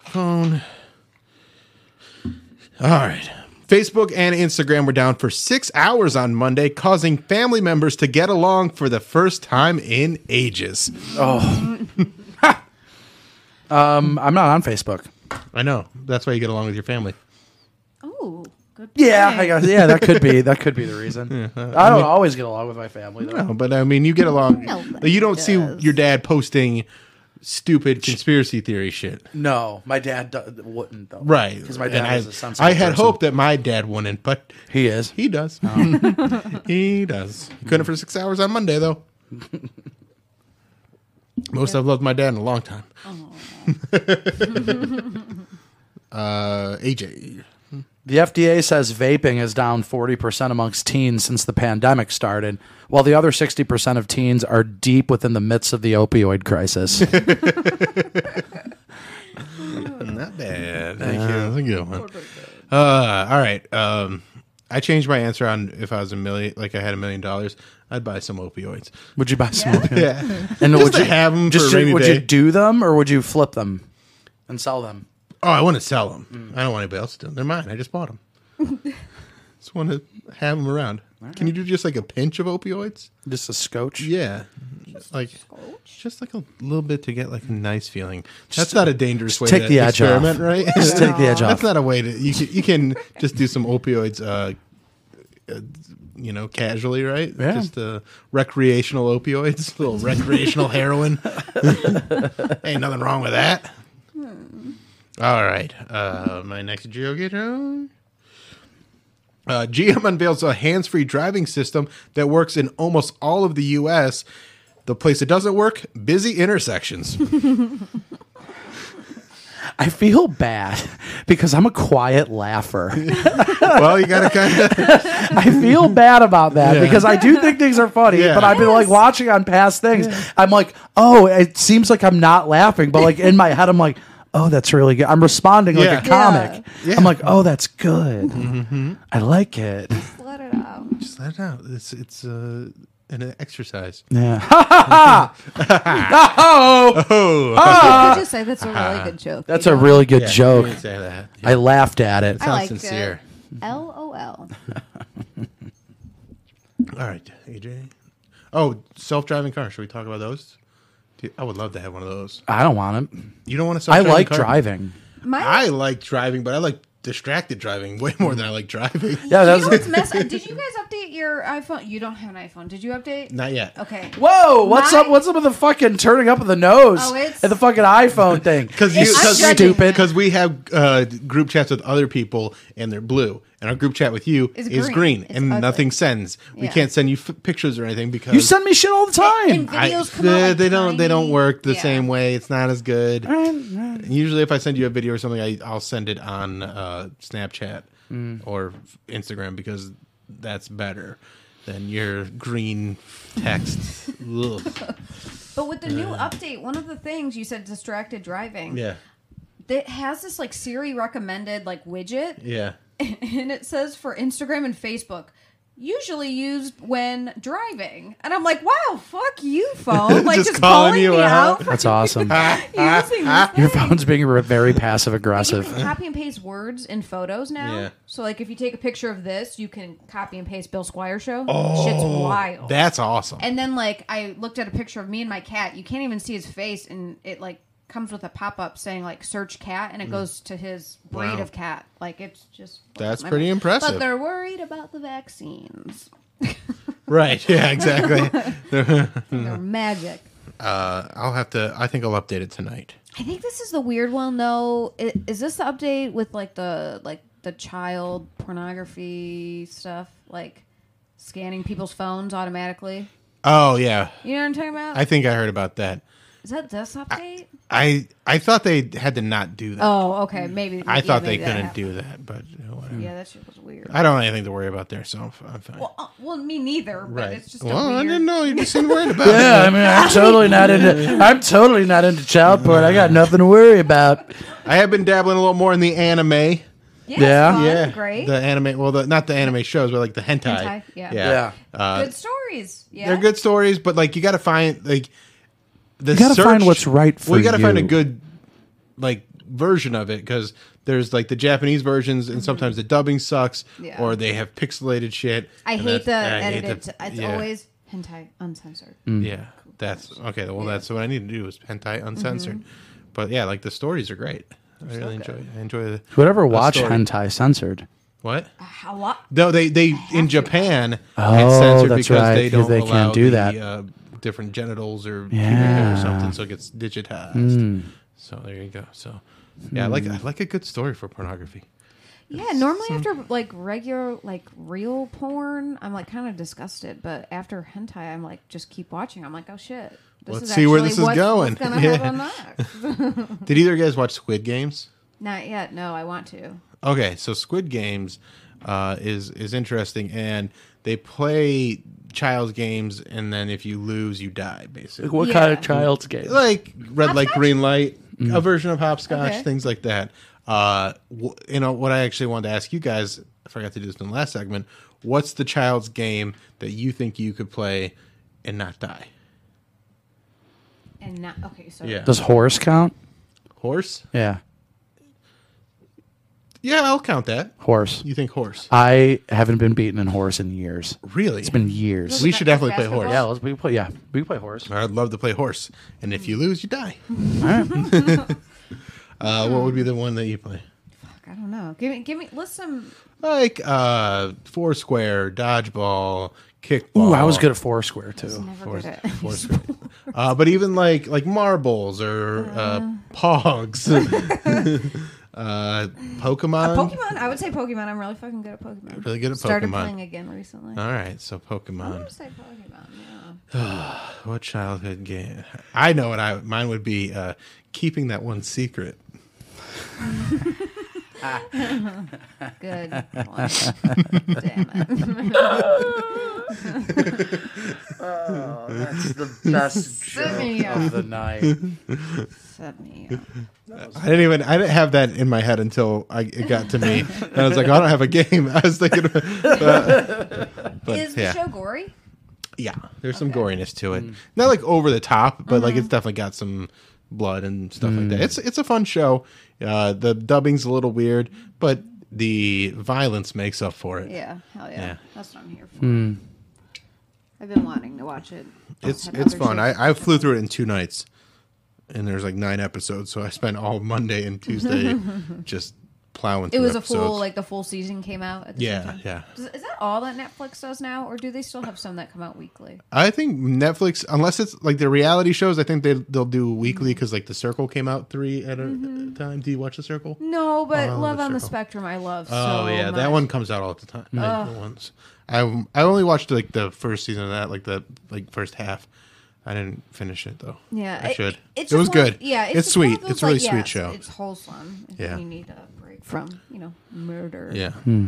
Speaker 2: phone? All right. Facebook and Instagram were down for six hours on Monday, causing family members to get along for the first time in ages.
Speaker 1: Um, I'm not on Facebook.
Speaker 2: I know. That's why you get along with your family.
Speaker 4: Oh, good.
Speaker 1: Yeah,
Speaker 4: point.
Speaker 1: I guess, yeah, that could be that could be the reason. I don't always get along with my family though.
Speaker 2: No, but I mean, you get along.
Speaker 4: Nobody
Speaker 2: you don't see
Speaker 4: does.
Speaker 2: your dad posting stupid conspiracy theory shit.
Speaker 1: No, my dad do- wouldn't though.
Speaker 2: Right.
Speaker 1: because my
Speaker 2: And
Speaker 1: dad
Speaker 2: I,
Speaker 1: is a sensible.
Speaker 2: I had
Speaker 1: person.
Speaker 2: hoped that my dad wouldn't, but
Speaker 1: he is.
Speaker 2: he does. he does. Couldn't for six hours on Monday, though. Most I've loved my dad in a long time. uh, AJ.
Speaker 1: The FDA says vaping is down 40% amongst teens since the pandemic started, while the other 60% of teens are deep within the midst of the opioid crisis.
Speaker 2: Not bad. Thank you. That's a good one. Uh, all right. Um, I changed my answer on if I was a million, like I had a million dollars, I'd buy some opioids.
Speaker 1: would you buy some opioid?
Speaker 2: Yeah.
Speaker 1: And
Speaker 2: Just
Speaker 1: would
Speaker 2: to
Speaker 1: you
Speaker 2: have 'em
Speaker 1: just
Speaker 2: for a
Speaker 1: to-
Speaker 2: rainy
Speaker 1: Would
Speaker 2: day.
Speaker 1: you do them or would you flip them and sell them?
Speaker 2: Oh, I want to sell them.
Speaker 1: Mm.
Speaker 2: I don't want anybody else to. They're mine. I just bought them. just want to have them around. Can you do just like a pinch of opioids?
Speaker 1: Just a scotch?
Speaker 2: Yeah, like just like a little bit to get like a nice feeling. That's not a dangerous way
Speaker 1: take
Speaker 2: to
Speaker 1: the edge off.
Speaker 2: experiment, right?
Speaker 1: Just take the edge
Speaker 2: That's
Speaker 1: off.
Speaker 2: not a way to. You can, you can just do some opioids. Uh, uh, you know, casually, right?
Speaker 1: Yeah.
Speaker 2: Just uh, recreational opioids, little recreational heroin. Ain't nothing wrong with that.
Speaker 1: Hmm.
Speaker 2: All right. Uh, my next GeoGator. Uh, GM unveils a hands free driving system that works in almost all of the U.S. The place it doesn't work, busy intersections.
Speaker 1: I feel bad because I'm a quiet laugher.
Speaker 2: well, you gotta kind of.
Speaker 1: I feel bad about that
Speaker 2: Yeah.
Speaker 1: because I do think things are funny,
Speaker 2: Yeah.
Speaker 1: but I've been like watching on past things. I'm like, oh, it seems like I'm not laughing, but like in my head, I'm like, oh, that's really good. I'm responding
Speaker 2: Yeah. Mm-hmm.
Speaker 1: like a comic. I'm like, oh, that's good. I like it.
Speaker 4: Let it out.
Speaker 2: Just let it out. It's it's uh, an exercise.
Speaker 1: Yeah. Ha ha ha. Oh,
Speaker 4: I just
Speaker 2: Uh-huh.
Speaker 4: say that's a really good joke.
Speaker 1: that's a really good
Speaker 2: Yeah, you
Speaker 1: joke.
Speaker 2: can Say that.
Speaker 1: I laughed at it.
Speaker 4: I liked
Speaker 2: sincere.
Speaker 4: it. LOL.
Speaker 2: All right, AJ. Oh, self-driving car. Should we talk about those? Dude, I would love to have one of those.
Speaker 1: I don't want it.
Speaker 2: You don't want to
Speaker 1: I
Speaker 2: self-driving
Speaker 1: like
Speaker 2: car?
Speaker 1: driving.
Speaker 4: My,
Speaker 2: I like driving, but I like distracted driving way more than I like driving.
Speaker 1: Yeah,
Speaker 4: you
Speaker 1: that
Speaker 4: know
Speaker 1: was,
Speaker 4: what's mess- Did you guys update your iPhone? You don't have an iPhone. Did you update?
Speaker 2: Not yet.
Speaker 4: Okay.
Speaker 1: whoa! What's
Speaker 4: My-
Speaker 1: up? What's up with the fucking turning up of the nose
Speaker 4: Oh, it's-
Speaker 1: and the fucking iPhone thing?
Speaker 2: Because you,
Speaker 4: I'm
Speaker 2: cause,
Speaker 4: judging
Speaker 2: stupid.
Speaker 4: that.
Speaker 2: Because we have uh, group chats with other people, and they're blue, and our group chat with you
Speaker 4: Is
Speaker 2: is,
Speaker 4: green.
Speaker 2: green,
Speaker 4: It's
Speaker 2: and
Speaker 4: ugly.
Speaker 2: nothing sends. We
Speaker 4: Yeah.
Speaker 2: can't send you f- pictures or anything because
Speaker 1: you send me shit all the
Speaker 4: And
Speaker 1: time.
Speaker 4: videos come out
Speaker 2: they,
Speaker 4: like
Speaker 2: they don't they don't
Speaker 4: tiny.
Speaker 2: work the
Speaker 4: Yeah.
Speaker 2: same way. It's not as good. Usually, if I send you a video or something, I, I'll send it on uh, Snapchat or Instagram because that's better than your green text. Ugh.
Speaker 4: But with the new update, one of the things you said distracted driving.
Speaker 2: Yeah,
Speaker 4: It has this like Siri recommended like widget,
Speaker 2: yeah.
Speaker 4: and it says for Instagram and Facebook. Usually used when driving, and I'm like, "Wow, fuck you, phone! Like just, calling, you me out, for
Speaker 1: That's awesome.
Speaker 4: using this
Speaker 1: Your
Speaker 4: thing.
Speaker 1: phone's being re- very passive
Speaker 4: You
Speaker 1: aggressive.
Speaker 4: can copy and paste words in photos now.
Speaker 2: Yeah.
Speaker 4: So like if you take a picture of this, you can copy and paste Bill Squire show. Shit's wild.
Speaker 2: That's awesome.
Speaker 4: and then like I looked at a picture of me and my cat. You can't even see his face and it like comes with a pop up saying like search cat and it goes to his breed
Speaker 2: Mm. Wow.
Speaker 4: of cat. Like it's just
Speaker 2: That's
Speaker 4: my-
Speaker 2: pretty impressive.
Speaker 4: But they're worried about the vaccines.
Speaker 2: right? Yeah, exactly.
Speaker 4: They're magic.
Speaker 2: I'll have to. I think I'll update it tonight.
Speaker 4: I think this is the weird one though. I- Is this the update with like the like the child pornography stuff, like scanning people's phones automatically?
Speaker 2: Oh yeah,
Speaker 4: You know what I'm talking about?
Speaker 2: I think I heard about that.
Speaker 4: is that this update?
Speaker 2: I I thought they had to not do that.
Speaker 4: oh, okay, maybe.
Speaker 2: I
Speaker 4: yeah,
Speaker 2: thought they
Speaker 4: maybe that
Speaker 2: couldn't
Speaker 4: happened.
Speaker 2: do that, but you know, whatever.
Speaker 4: Yeah, that shit was weird.
Speaker 2: I don't have anything to worry about there, so I'm, f- I'm fine.
Speaker 4: well, uh, well, me neither. But
Speaker 2: right.
Speaker 4: it's just a
Speaker 2: well, I
Speaker 4: weird-
Speaker 2: didn't know. You just seemed worried about
Speaker 1: Yeah, I
Speaker 2: it.
Speaker 1: mean, I'm totally not into. I'm totally not into child porn. I got nothing to worry about.
Speaker 2: I have been dabbling a little more in the anime.
Speaker 4: Yeah, it's
Speaker 1: Yeah.
Speaker 4: fun,
Speaker 2: Yeah,
Speaker 4: great.
Speaker 2: The anime, well, the, not the anime shows, but like the hentai.
Speaker 4: Hentai, yeah.
Speaker 1: Yeah.
Speaker 2: Uh,
Speaker 4: good stories. Yeah,
Speaker 2: they're good stories, but like you got to find like the
Speaker 1: You gotta
Speaker 2: search-
Speaker 1: find what's right for
Speaker 2: well, you. got to find a
Speaker 1: you.
Speaker 2: good like version of it because there's like the Japanese versions, and sometimes the dubbing sucks,
Speaker 4: Mm-hmm. Yeah.
Speaker 2: or they have pixelated shit.
Speaker 4: I
Speaker 2: and
Speaker 4: hate the
Speaker 2: that's- I hate
Speaker 4: edited.
Speaker 2: the-
Speaker 4: it's
Speaker 2: yeah. Mm.
Speaker 4: always hentai uncensored.
Speaker 1: Mm-hmm.
Speaker 2: Yeah, that's okay. Well, that's what I need to do is hentai uncensored. But yeah, like the stories are great. I really enjoy. I enjoy the
Speaker 1: Whoever
Speaker 2: the
Speaker 1: watched
Speaker 2: story.
Speaker 1: hentai censored.
Speaker 2: What?
Speaker 4: How lot?
Speaker 2: No, they they in Japan
Speaker 1: Oh, that's right,
Speaker 2: they
Speaker 1: 'cause
Speaker 2: don't
Speaker 1: they
Speaker 2: allow
Speaker 1: can't do
Speaker 2: the,
Speaker 1: that.
Speaker 2: Uh, different genitals or
Speaker 1: Yeah. Hmm.
Speaker 2: pubic hair or something, so it gets digitized. So there you go. So yeah, I like I like a good story for pornography.
Speaker 4: Yeah, normally after like regular, like real porn, I'm like kind of disgusted. But after hentai, I'm like just keep watching. I'm like, oh shit, this
Speaker 2: Let's see where
Speaker 4: actually
Speaker 2: this is
Speaker 4: what's-
Speaker 2: going.
Speaker 4: What's gonna
Speaker 2: Yeah.
Speaker 4: happen next?
Speaker 2: Did either of you guys watch Squid Games?
Speaker 4: Not yet. No, I want to.
Speaker 2: Okay, so Squid Games uh, is is interesting, and they play child's games, and then if you lose, you die, basically.
Speaker 1: What
Speaker 4: Yeah.
Speaker 1: kind of child's game?
Speaker 2: like red light, green light, a version of hopscotch,
Speaker 4: Okay.
Speaker 2: things like that. Uh, wh- you know what I actually wanted to ask you guys. I forgot to do this in the last segment. What's the child's game that you think you could play and not die?
Speaker 4: And not okay. So
Speaker 2: Yeah,
Speaker 1: Does horse count?
Speaker 2: horse.
Speaker 1: Yeah,
Speaker 2: Yeah, I'll count that.
Speaker 1: horse.
Speaker 2: You think horse?
Speaker 1: I haven't been beaten in horse in years.
Speaker 2: Really?
Speaker 1: It's been years.
Speaker 2: we should definitely play
Speaker 4: Basketball?
Speaker 2: horse.
Speaker 1: yeah, let's, we can play. Yeah, we can play horse.
Speaker 2: I'd love to play horse, and if you lose, you die. uh, what would be the one that you play?
Speaker 4: Fuck, I don't know. Give me, give me. Let's some.
Speaker 2: Like uh, foursquare, dodgeball, kickball.
Speaker 1: Ooh, I was good at foursquare too.
Speaker 4: Never
Speaker 2: Four-
Speaker 4: good at.
Speaker 2: four square. uh, but even like like marbles or uh, pogs, uh, Pokemon.
Speaker 4: Pokemon. I would say Pokemon. I'm really fucking good at Pokemon.
Speaker 2: Really good at
Speaker 4: Started
Speaker 2: Pokemon.
Speaker 4: playing again recently.
Speaker 2: All right, so
Speaker 4: I would
Speaker 2: Pokemon.
Speaker 4: say Pokemon. Yeah.
Speaker 2: What childhood game? I know what I mine would be. Uh, keeping that one secret.
Speaker 4: Good. one. Damn it.
Speaker 1: Oh, That's the best
Speaker 4: Set me up.
Speaker 1: of the night.
Speaker 4: Set me up.
Speaker 2: I didn't even. I didn't have that in my head until I, it got to me. And I was like, "Oh, I don't have a game. I was thinking. uh, but
Speaker 4: Is
Speaker 2: yeah,
Speaker 4: the show gory?
Speaker 2: yeah. There's some goriness to it. Not like over the top, but like
Speaker 4: Uh-huh.
Speaker 2: it's definitely got some blood and stuff like that. It's it's a fun show. Uh, the dubbing's a little weird, but the violence makes up for it.
Speaker 4: Yeah, hell yeah.
Speaker 2: Yeah.
Speaker 4: That's what I'm here for. I've been wanting to watch it.
Speaker 2: It's
Speaker 4: Had
Speaker 2: it's
Speaker 4: other
Speaker 2: fun.
Speaker 4: shit.
Speaker 2: I, I flew through it in two nights, and there's like nine episodes, so I spent all Monday and Tuesday just plowing.
Speaker 4: it
Speaker 2: through
Speaker 4: was a
Speaker 2: episodes.
Speaker 4: full like the full season came out. At the same
Speaker 2: yeah
Speaker 4: time.
Speaker 2: yeah.
Speaker 4: Is, is that all that Netflix does now, or do they still have some that come out weekly?
Speaker 2: I think Netflix, unless it's like the reality shows, I think they they'll do weekly
Speaker 4: Mm-hmm.
Speaker 2: because like The Circle came out three at a a time. Do you watch The Circle?
Speaker 4: No, but
Speaker 2: Oh,
Speaker 4: Love
Speaker 2: The
Speaker 4: on the
Speaker 2: Circle.
Speaker 4: Spectrum, I love.
Speaker 2: Oh
Speaker 4: Mm-hmm. so
Speaker 2: yeah,
Speaker 4: much.
Speaker 2: that one comes out all the time. Like, the ones. I I only watched like the first season of that, like the like first half. I didn't finish it though.
Speaker 4: Yeah,
Speaker 2: I should.
Speaker 4: it's
Speaker 2: it was
Speaker 4: just one of-
Speaker 2: good.
Speaker 4: Yeah,
Speaker 2: it's,
Speaker 4: just one
Speaker 2: sweet.
Speaker 4: of those,
Speaker 2: It's a really
Speaker 4: like,
Speaker 2: sweet
Speaker 4: yes,
Speaker 2: show.
Speaker 4: It's wholesome. if
Speaker 2: Yeah.
Speaker 4: you need a break from you know murder.
Speaker 2: Yeah.
Speaker 4: Hmm.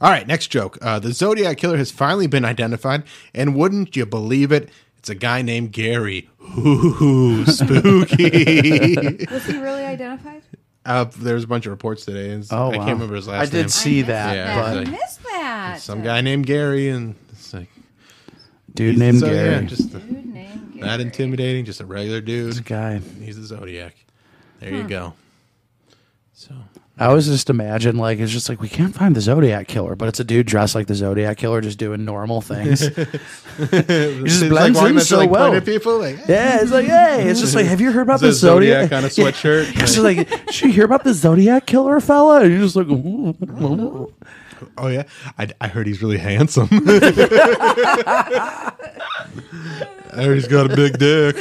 Speaker 2: All right, next joke. Uh, the Zodiac killer has finally been identified, and wouldn't you believe it? It's a guy named Gary. Ooh, spooky.
Speaker 4: Was he really identified?
Speaker 2: uh, there was a bunch of reports today, and
Speaker 1: Oh,
Speaker 2: I
Speaker 1: wow.
Speaker 2: can't remember his last
Speaker 1: I
Speaker 2: name.
Speaker 1: did see that,
Speaker 2: Yeah,
Speaker 4: I
Speaker 2: it's
Speaker 1: but
Speaker 2: like-
Speaker 4: missed that.
Speaker 2: some guy named Gary, and it's like
Speaker 1: dude named
Speaker 2: so,
Speaker 1: Gary.
Speaker 2: Yeah, just a-
Speaker 4: Dude named Gary.
Speaker 2: not intimidating, just a regular
Speaker 1: This
Speaker 2: dude.
Speaker 1: guy.
Speaker 2: He's the Zodiac. There you go. So
Speaker 1: I always just imagine like it's just like we can't find the Zodiac killer, but it's a dude dressed like the Zodiac killer, just doing normal things. yeah,
Speaker 2: It's like
Speaker 1: blends
Speaker 2: walking
Speaker 1: in
Speaker 2: up to,
Speaker 1: so
Speaker 2: like,
Speaker 1: well.
Speaker 2: pointed people like, "Hey."
Speaker 1: it's like hey, it's just like have you heard about
Speaker 2: It's a
Speaker 1: the Zodiac?
Speaker 2: Zodiac on a
Speaker 1: Yeah.
Speaker 2: sweatshirt.
Speaker 1: It's just like should you hear about the Zodiac killer fella? And you're just like, "Ooh, ooh, ooh."
Speaker 2: Oh yeah, I, I heard he's really handsome. I heard he's got a big dick.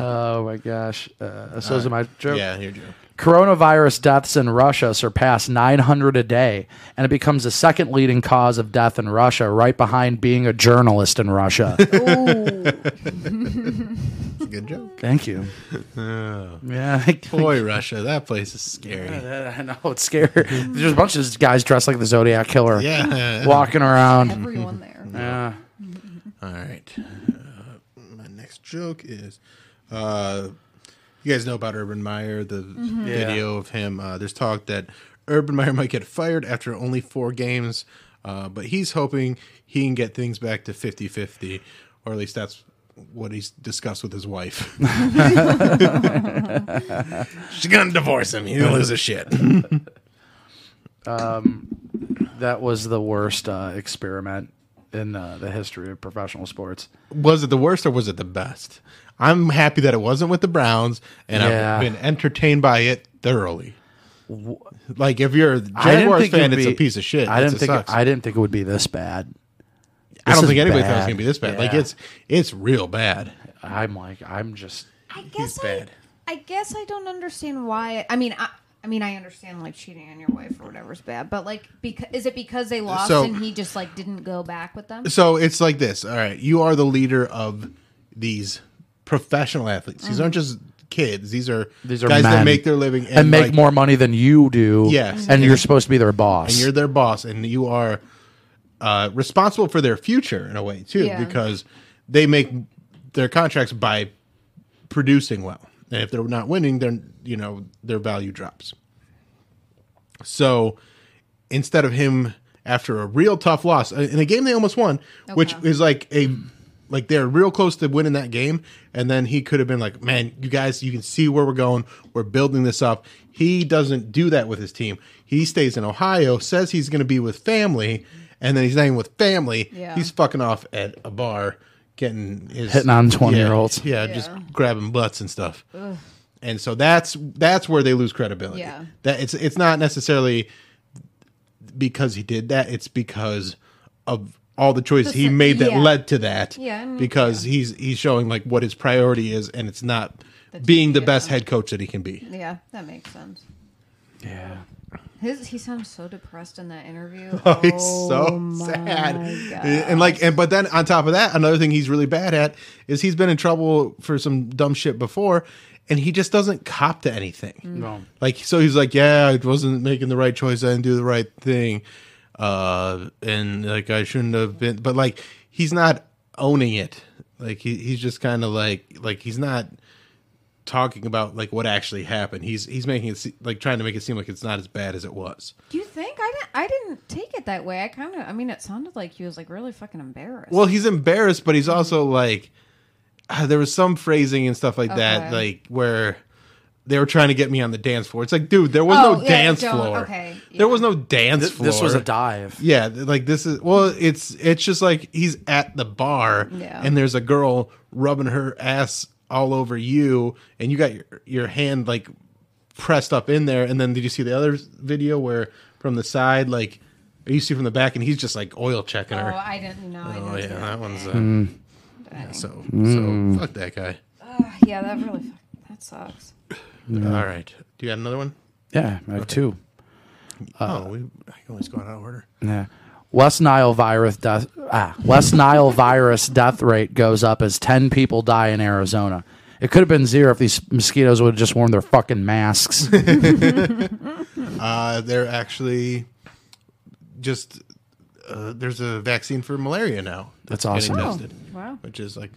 Speaker 1: oh my gosh. Uh, so is my joke.
Speaker 2: yeah, here Joe.
Speaker 1: Coronavirus deaths in Russia surpass 900 a day, and it becomes the second leading cause of death in Russia, right behind being a journalist in Russia.
Speaker 2: It's a good joke.
Speaker 1: Thank you.
Speaker 2: Oh.
Speaker 1: Yeah, I,
Speaker 2: Boy, Russia, that place is scary.
Speaker 1: I know it's scary. There's a bunch of guys dressed like the Zodiac killer,
Speaker 2: Yeah.
Speaker 1: walking around.
Speaker 4: Everyone there.
Speaker 1: Yeah.
Speaker 2: All right. Uh, my next joke is, uh, you guys know about Urban Meyer, the video of him. Uh, there's talk that Urban Meyer might get fired after only four games, uh, but he's hoping he can get things back to 50-50, or at least that's what he's discussed with his wife. She's gonna divorce him. He lose his shit.
Speaker 1: That was the worst uh, experiment in uh, the history of professional sports.
Speaker 2: was it the worst or was it the best? I'm happy that it wasn't with the Browns, and
Speaker 1: Yeah.
Speaker 2: I've been entertained by it thoroughly. Like if you're a
Speaker 1: I didn't
Speaker 2: Jaguars
Speaker 1: think it
Speaker 2: fan,
Speaker 1: would
Speaker 2: it's a
Speaker 1: be-
Speaker 2: piece of shit.
Speaker 1: I
Speaker 2: It's-
Speaker 1: didn't
Speaker 2: it
Speaker 1: think
Speaker 2: sucks.
Speaker 1: I didn't think it would be this bad.
Speaker 2: I
Speaker 1: this
Speaker 2: don't
Speaker 1: is
Speaker 2: think anybody thought it was
Speaker 1: bad.
Speaker 2: gonna be this bad. Like
Speaker 1: Yeah.
Speaker 2: it's it's real bad.
Speaker 1: I'm like I'm just
Speaker 4: I guess I,
Speaker 2: bad.
Speaker 4: I guess I don't understand why. I mean, I, I mean, I understand like cheating on your wife or whatever's bad, but like, because is it because they lost
Speaker 2: So-
Speaker 4: and he just like didn't go back with them?
Speaker 2: So it's like this. All right, you are the leader of these professional athletes. These aren't just kids. These are
Speaker 1: Mm-hmm. these are
Speaker 2: guys that
Speaker 1: men.
Speaker 2: make their living and,
Speaker 1: and, make
Speaker 2: like,
Speaker 1: more money than you do.
Speaker 2: Yes.
Speaker 1: and you're supposed to be their boss.
Speaker 2: and you're their boss and you are uh, responsible for their future in a way too
Speaker 4: Yeah.
Speaker 2: because they make their contracts by producing well and if they're not winning then you know their value drops so instead of him after a real tough loss uh, in a game they almost won which
Speaker 4: Okay.
Speaker 2: is like a like they're real close to winning that game and then he could have been like man you guys you can see where we're going we're building this up he doesn't do that with his team he stays in ohio says he's going to be with family and then he's not even with family
Speaker 4: Yeah.
Speaker 2: he's fucking off at a bar getting his
Speaker 1: Hitting on 20-year-olds.
Speaker 2: yeah, yeah just grabbing butts and stuff and so that's that's where they lose credibility.
Speaker 4: Yeah.
Speaker 2: That it's it's not necessarily because he did that. It's because of all the choices he made that
Speaker 4: yeah.
Speaker 2: led to that.
Speaker 4: Yeah, and-
Speaker 2: Because he's he's showing like what his priority is, and it's not being the
Speaker 4: yeah.
Speaker 2: best head coach that he can be.
Speaker 4: yeah, that makes sense.
Speaker 1: yeah.
Speaker 4: His he sounds so depressed in that interview.
Speaker 2: Oh, he's so sad. And like and but then on top of that, another thing he's really bad at is he's been in trouble for some dumb shit before and he just doesn't cop to anything. No. Like so he's like, Yeah, I wasn't making the right choice, I didn't do the right thing. Uh and like I shouldn't have been but like he's not owning it. Like he, he's just kinda like like he's not talking about like what actually happened. He's he's making it se- like trying to make it seem like it's not as bad as it was.
Speaker 4: Do you think I didn't? I didn't take it that way. I kind of. I mean, it sounded like he was like really fucking embarrassed.
Speaker 2: Well, he's uh, embarrassed, but
Speaker 4: Mm-hmm.
Speaker 2: he's also like, ah, there was some phrasing and stuff like that,
Speaker 4: Okay.
Speaker 2: like where they were trying to get me on the dance floor. It's like, dude, there was
Speaker 4: Oh,
Speaker 2: no
Speaker 4: yeah,
Speaker 2: dance
Speaker 4: don't-
Speaker 2: floor.
Speaker 4: okay, yeah.
Speaker 2: There was no dance
Speaker 1: Th-
Speaker 2: floor.
Speaker 1: this was a dive.
Speaker 2: Yeah, th- like this is well, it's it's just like he's at the bar
Speaker 4: Yeah.
Speaker 2: and there's a girl rubbing her ass all over you and you got your your hand like pressed up in there and then did you see the other video where from the side like or you see from the back and he's just like oil checking
Speaker 4: Oh,
Speaker 2: her.
Speaker 4: I didn't know.
Speaker 2: Oh,
Speaker 4: I
Speaker 2: yeah,
Speaker 4: didn't see
Speaker 2: that one's uh,
Speaker 1: Hmm.
Speaker 4: Dang.
Speaker 2: so so fuck that guy.
Speaker 4: Ah, yeah, that really fuck- that sucks.
Speaker 2: All right. Do you have another one?
Speaker 1: Yeah, I have two. Uh,
Speaker 2: oh, we I can always go out of order.
Speaker 1: Yeah. West Nile virus death ah, West Nile virus death rate goes up as ten people die in Arizona. It could have been zero if these mosquitoes would have just worn their fucking masks.
Speaker 2: Uh, they're actually just uh, there's a vaccine for malaria now.
Speaker 1: That's
Speaker 2: getting
Speaker 1: awesome.
Speaker 2: tested,
Speaker 4: Wow.
Speaker 2: Which is like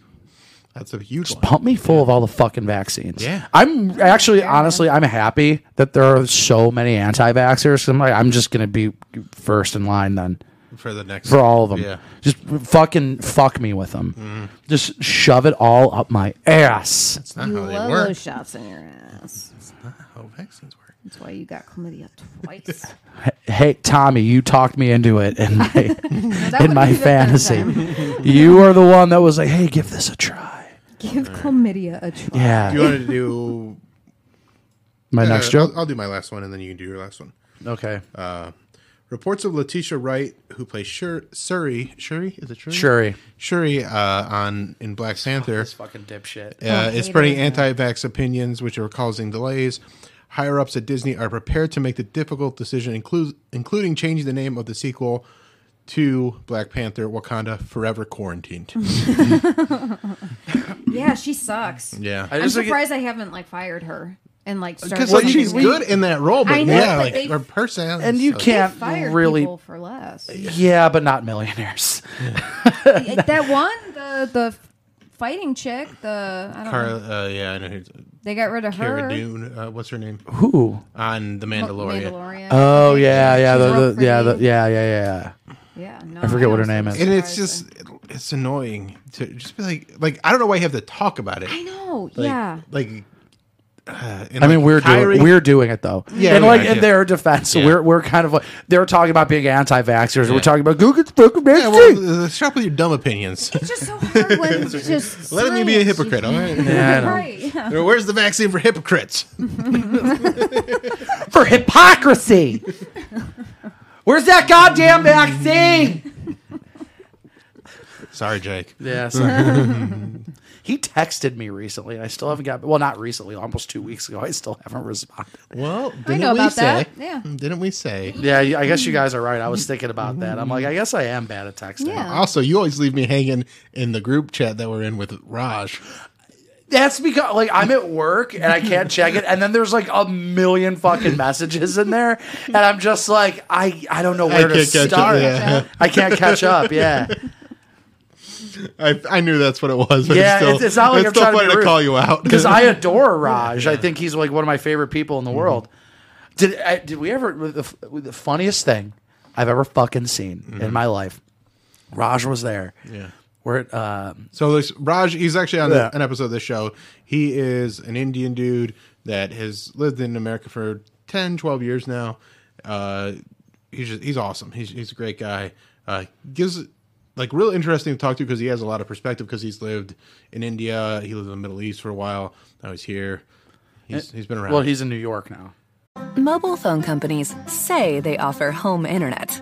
Speaker 2: that's a huge one.
Speaker 1: Pump me full of all the fucking vaccines.
Speaker 2: Yeah.
Speaker 1: I'm actually honestly I'm happy that there are so many anti-vaxxers. I'm like I'm just gonna be first in line then.
Speaker 2: for the next
Speaker 1: for all of them.
Speaker 2: Yeah, Mm-hmm.
Speaker 1: Just fucking fuck me with them. Just shove it all up my ass.
Speaker 2: it's not
Speaker 4: You
Speaker 2: how
Speaker 4: love
Speaker 2: they work.
Speaker 4: those shots in your ass.
Speaker 2: How Oh, vaccines work.
Speaker 4: That's why you got chlamydia twice.
Speaker 1: Hey, Tommy, you talked me into it in my,
Speaker 4: That
Speaker 1: in
Speaker 4: wouldn't
Speaker 1: my
Speaker 4: be the first
Speaker 1: fantasy.
Speaker 4: time.
Speaker 1: you are the one that was like, hey, give this a try.
Speaker 4: Give chlamydia a try.
Speaker 1: Yeah.
Speaker 2: Do you want to do
Speaker 1: my
Speaker 2: uh,
Speaker 1: next joke? Uh,
Speaker 2: I'll, I'll do my last one, and then you can do your last one.
Speaker 1: okay.
Speaker 2: Reports of Letitia Wright, who plays Shur- Suri, Shuri, is it Shuri?
Speaker 1: Shuri.
Speaker 2: Shuri uh, on in Black Panther.
Speaker 1: fucking dipshit.
Speaker 2: uh, is spreading anti-vax opinions, which are causing delays. Higher ups at Disney are prepared to make the difficult decision, inclu- including changing the name of the sequel to Black Panther: Wakanda Forever Quarantined.
Speaker 4: Yeah, she sucks.
Speaker 2: yeah,
Speaker 4: I'm surprised I haven't like fired her and like started.
Speaker 2: because Uh, like,
Speaker 4: something
Speaker 2: she's
Speaker 4: new.
Speaker 2: good in that role, but
Speaker 4: I know,
Speaker 2: yeah,
Speaker 4: but
Speaker 2: like
Speaker 4: they-
Speaker 2: her personality.
Speaker 1: And you
Speaker 2: sucks.
Speaker 4: They
Speaker 1: can't
Speaker 4: fired
Speaker 1: really.
Speaker 4: people for less.
Speaker 1: Yeah, but not millionaires.
Speaker 4: that one, the the fighting chick, the I don't know.
Speaker 2: Carla, uh, yeah, I know who's
Speaker 4: They got rid of her.
Speaker 2: Cara Dune. Uh, what's her name
Speaker 1: Who?
Speaker 2: on The Mandalorian?
Speaker 4: Mandalorian.
Speaker 1: Oh, yeah, yeah.
Speaker 4: She's
Speaker 1: The,
Speaker 4: real
Speaker 1: the, yeah, the,
Speaker 4: pretty.
Speaker 1: yeah, yeah, yeah.
Speaker 4: Yeah, no,
Speaker 1: I forget what her
Speaker 4: was
Speaker 1: name
Speaker 4: really
Speaker 1: is.
Speaker 2: And it's
Speaker 4: surprised.
Speaker 2: just it's annoying to just be like like I don't know why you have to talk about it.
Speaker 4: I know.
Speaker 2: Like-
Speaker 4: yeah.
Speaker 2: like. uh, and
Speaker 1: I mean,
Speaker 2: like
Speaker 1: we're
Speaker 2: Kyrie-
Speaker 1: doing we're doing it though.
Speaker 2: Yeah,
Speaker 1: and
Speaker 2: we
Speaker 1: like
Speaker 2: are,
Speaker 1: in
Speaker 2: yeah.
Speaker 1: their defense,
Speaker 2: Yeah.
Speaker 1: we're we're kind of like they're talking about being anti-vaxxers. We're
Speaker 2: Yeah.
Speaker 1: talking about Google's fucking
Speaker 2: Yeah, well, uh, stop with your dumb opinions.
Speaker 4: It's just so hard when it's just
Speaker 2: Let me be a
Speaker 4: science.
Speaker 2: hypocrite, all right?
Speaker 4: Right. Yeah.
Speaker 2: Or Where's the vaccine for hypocrites?
Speaker 1: for hypocrisy. Where's that goddamn vaccine?
Speaker 2: Sorry, Jake.
Speaker 1: Yes. he texted me recently, and I still haven't got. Well, not recently, almost two weeks ago. I still haven't responded.
Speaker 2: Well, didn't
Speaker 4: know
Speaker 2: we
Speaker 4: about
Speaker 2: say?
Speaker 4: that, yeah.
Speaker 2: Didn't we say?
Speaker 1: Yeah, I guess you guys are right. I was thinking about that. I'm like, I guess I am bad at texting.
Speaker 4: Yeah.
Speaker 2: Also, you always leave me hanging in the group chat that we're in with Raj.
Speaker 1: That's because like I'm at work and I can't check it, and then there's like a million fucking messages in there, and I'm just like, I I don't know where to
Speaker 2: can't catch up,
Speaker 1: start.
Speaker 2: yeah.
Speaker 1: I can't catch up. Yeah,
Speaker 2: I, I knew that's what it was. But
Speaker 1: Yeah,
Speaker 2: it's, still,
Speaker 1: it's- it's not like I'm
Speaker 2: still
Speaker 1: trying to
Speaker 2: funny
Speaker 1: be
Speaker 2: to,
Speaker 1: rude.
Speaker 2: call you out
Speaker 1: because I adore Raj. I think he's like one of my favorite people
Speaker 2: Mm-hmm.
Speaker 1: in the world. Did I, did we ever with the, f- with the funniest thing I've ever fucking seen in my life? Raj was there.
Speaker 2: Mm-hmm. Yeah.
Speaker 1: We're at um,
Speaker 2: So this Raj, he's actually on
Speaker 1: Yeah.
Speaker 2: the, an episode of this show. He is an Indian dude that has lived in America for 10, 12 years now. Uh, he's just, he's awesome. He's he's a great guy. Uh, gives like real interesting to talk to because he has a lot of perspective because he's lived in India. He lived in the Middle East for a while. Now he's here. He's, he's been around.
Speaker 1: Eh, well, he's in New York now.
Speaker 5: Mobile phone companies say they offer home internet.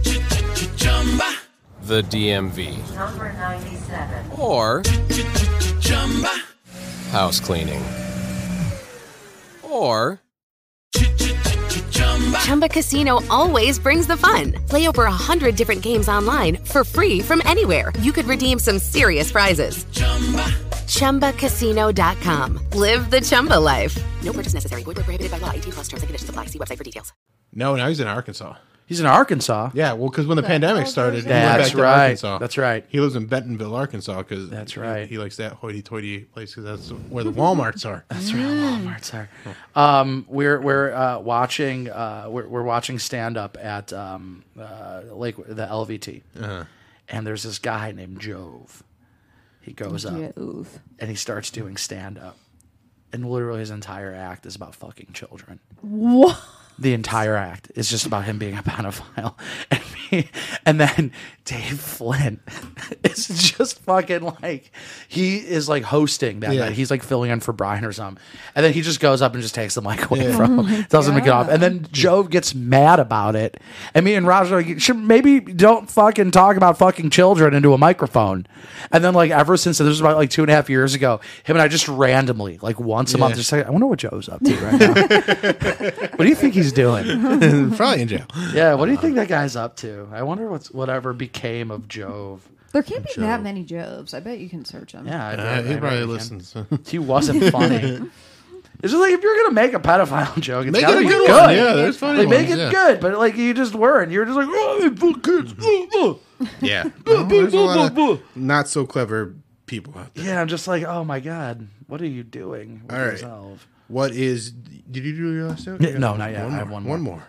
Speaker 6: the DMV,
Speaker 7: Number 97.
Speaker 6: or house cleaning, or
Speaker 8: Chumba Casino always brings the fun. Play over 100 different games online for free from anywhere. You could redeem some serious prizes. ChumbaCasino.com. Live the Chumba life.
Speaker 7: No purchase necessary. Void where prohibited by law. 18 plus terms and conditions apply. See website for details.
Speaker 2: No, now he's in Arkansas.
Speaker 1: He's in Arkansas.
Speaker 2: Yeah, well, because when the pandemic started, he went
Speaker 1: That's
Speaker 2: back to
Speaker 1: right.
Speaker 2: Arkansas.
Speaker 1: That's right.
Speaker 2: He lives in Bentonville, Arkansas, because
Speaker 1: That's right.
Speaker 2: He, he likes that hoity-toity place because that's where the WalMarts are.
Speaker 1: That's where the Walmart's are.
Speaker 2: Oh.
Speaker 1: Um, we're we're uh, watching uh, we're, we're watching stand up at um, uh, Lake the LVT,
Speaker 2: Uh-huh.
Speaker 1: and there's this guy named Jove. He goes up
Speaker 4: Oof.
Speaker 1: and he starts doing stand up, and literally his entire act is about fucking children. the entire act is just about him being a pedophile. And, me, and then Dave Flynn is just fucking like, he is like hosting that
Speaker 2: Yeah.
Speaker 1: night. He's like filling in for Brian or something. And then he just goes up and just takes the mic away from him, doesn't make it off. And then Joe gets mad about it. And me and Roger are like, "Should- maybe don't fucking talk about fucking children into a microphone. And then, like, ever since this was about like two and a half years ago, him and I just randomly, like once a month,
Speaker 2: Yeah.
Speaker 1: just like, I wonder what Joe's up to right now. what do you think he's doing?
Speaker 2: Probably in jail.
Speaker 1: Yeah, what do you think that guy's up to? I wonder what's whatever became of Jove.
Speaker 4: There can't be that many Jobs. I bet you can search them.
Speaker 1: Yeah, I- I-
Speaker 2: Uh,
Speaker 1: I
Speaker 2: he
Speaker 1: really
Speaker 2: probably
Speaker 1: can.
Speaker 2: listens.
Speaker 1: He wasn't funny. it's just like if you're gonna make a pedophile joke, it's
Speaker 2: Make
Speaker 1: gotta
Speaker 2: it
Speaker 1: be
Speaker 2: a good
Speaker 1: good.
Speaker 2: one. Yeah, there's funny
Speaker 1: Like, make
Speaker 2: ones,
Speaker 1: it
Speaker 2: yeah.
Speaker 1: good, but like you just were, and you were just like, oh, they fuck kids. oh, oh."
Speaker 2: yeah, No, there's a lot of not so clever people out there.
Speaker 1: yeah. I'm just like, oh my god, what are you doing? With
Speaker 2: All right.
Speaker 1: yourself?
Speaker 2: What is? Did you do your last out?
Speaker 1: Yeah, no, not yet.
Speaker 2: One
Speaker 1: I
Speaker 2: more.
Speaker 1: have one more.
Speaker 2: One more.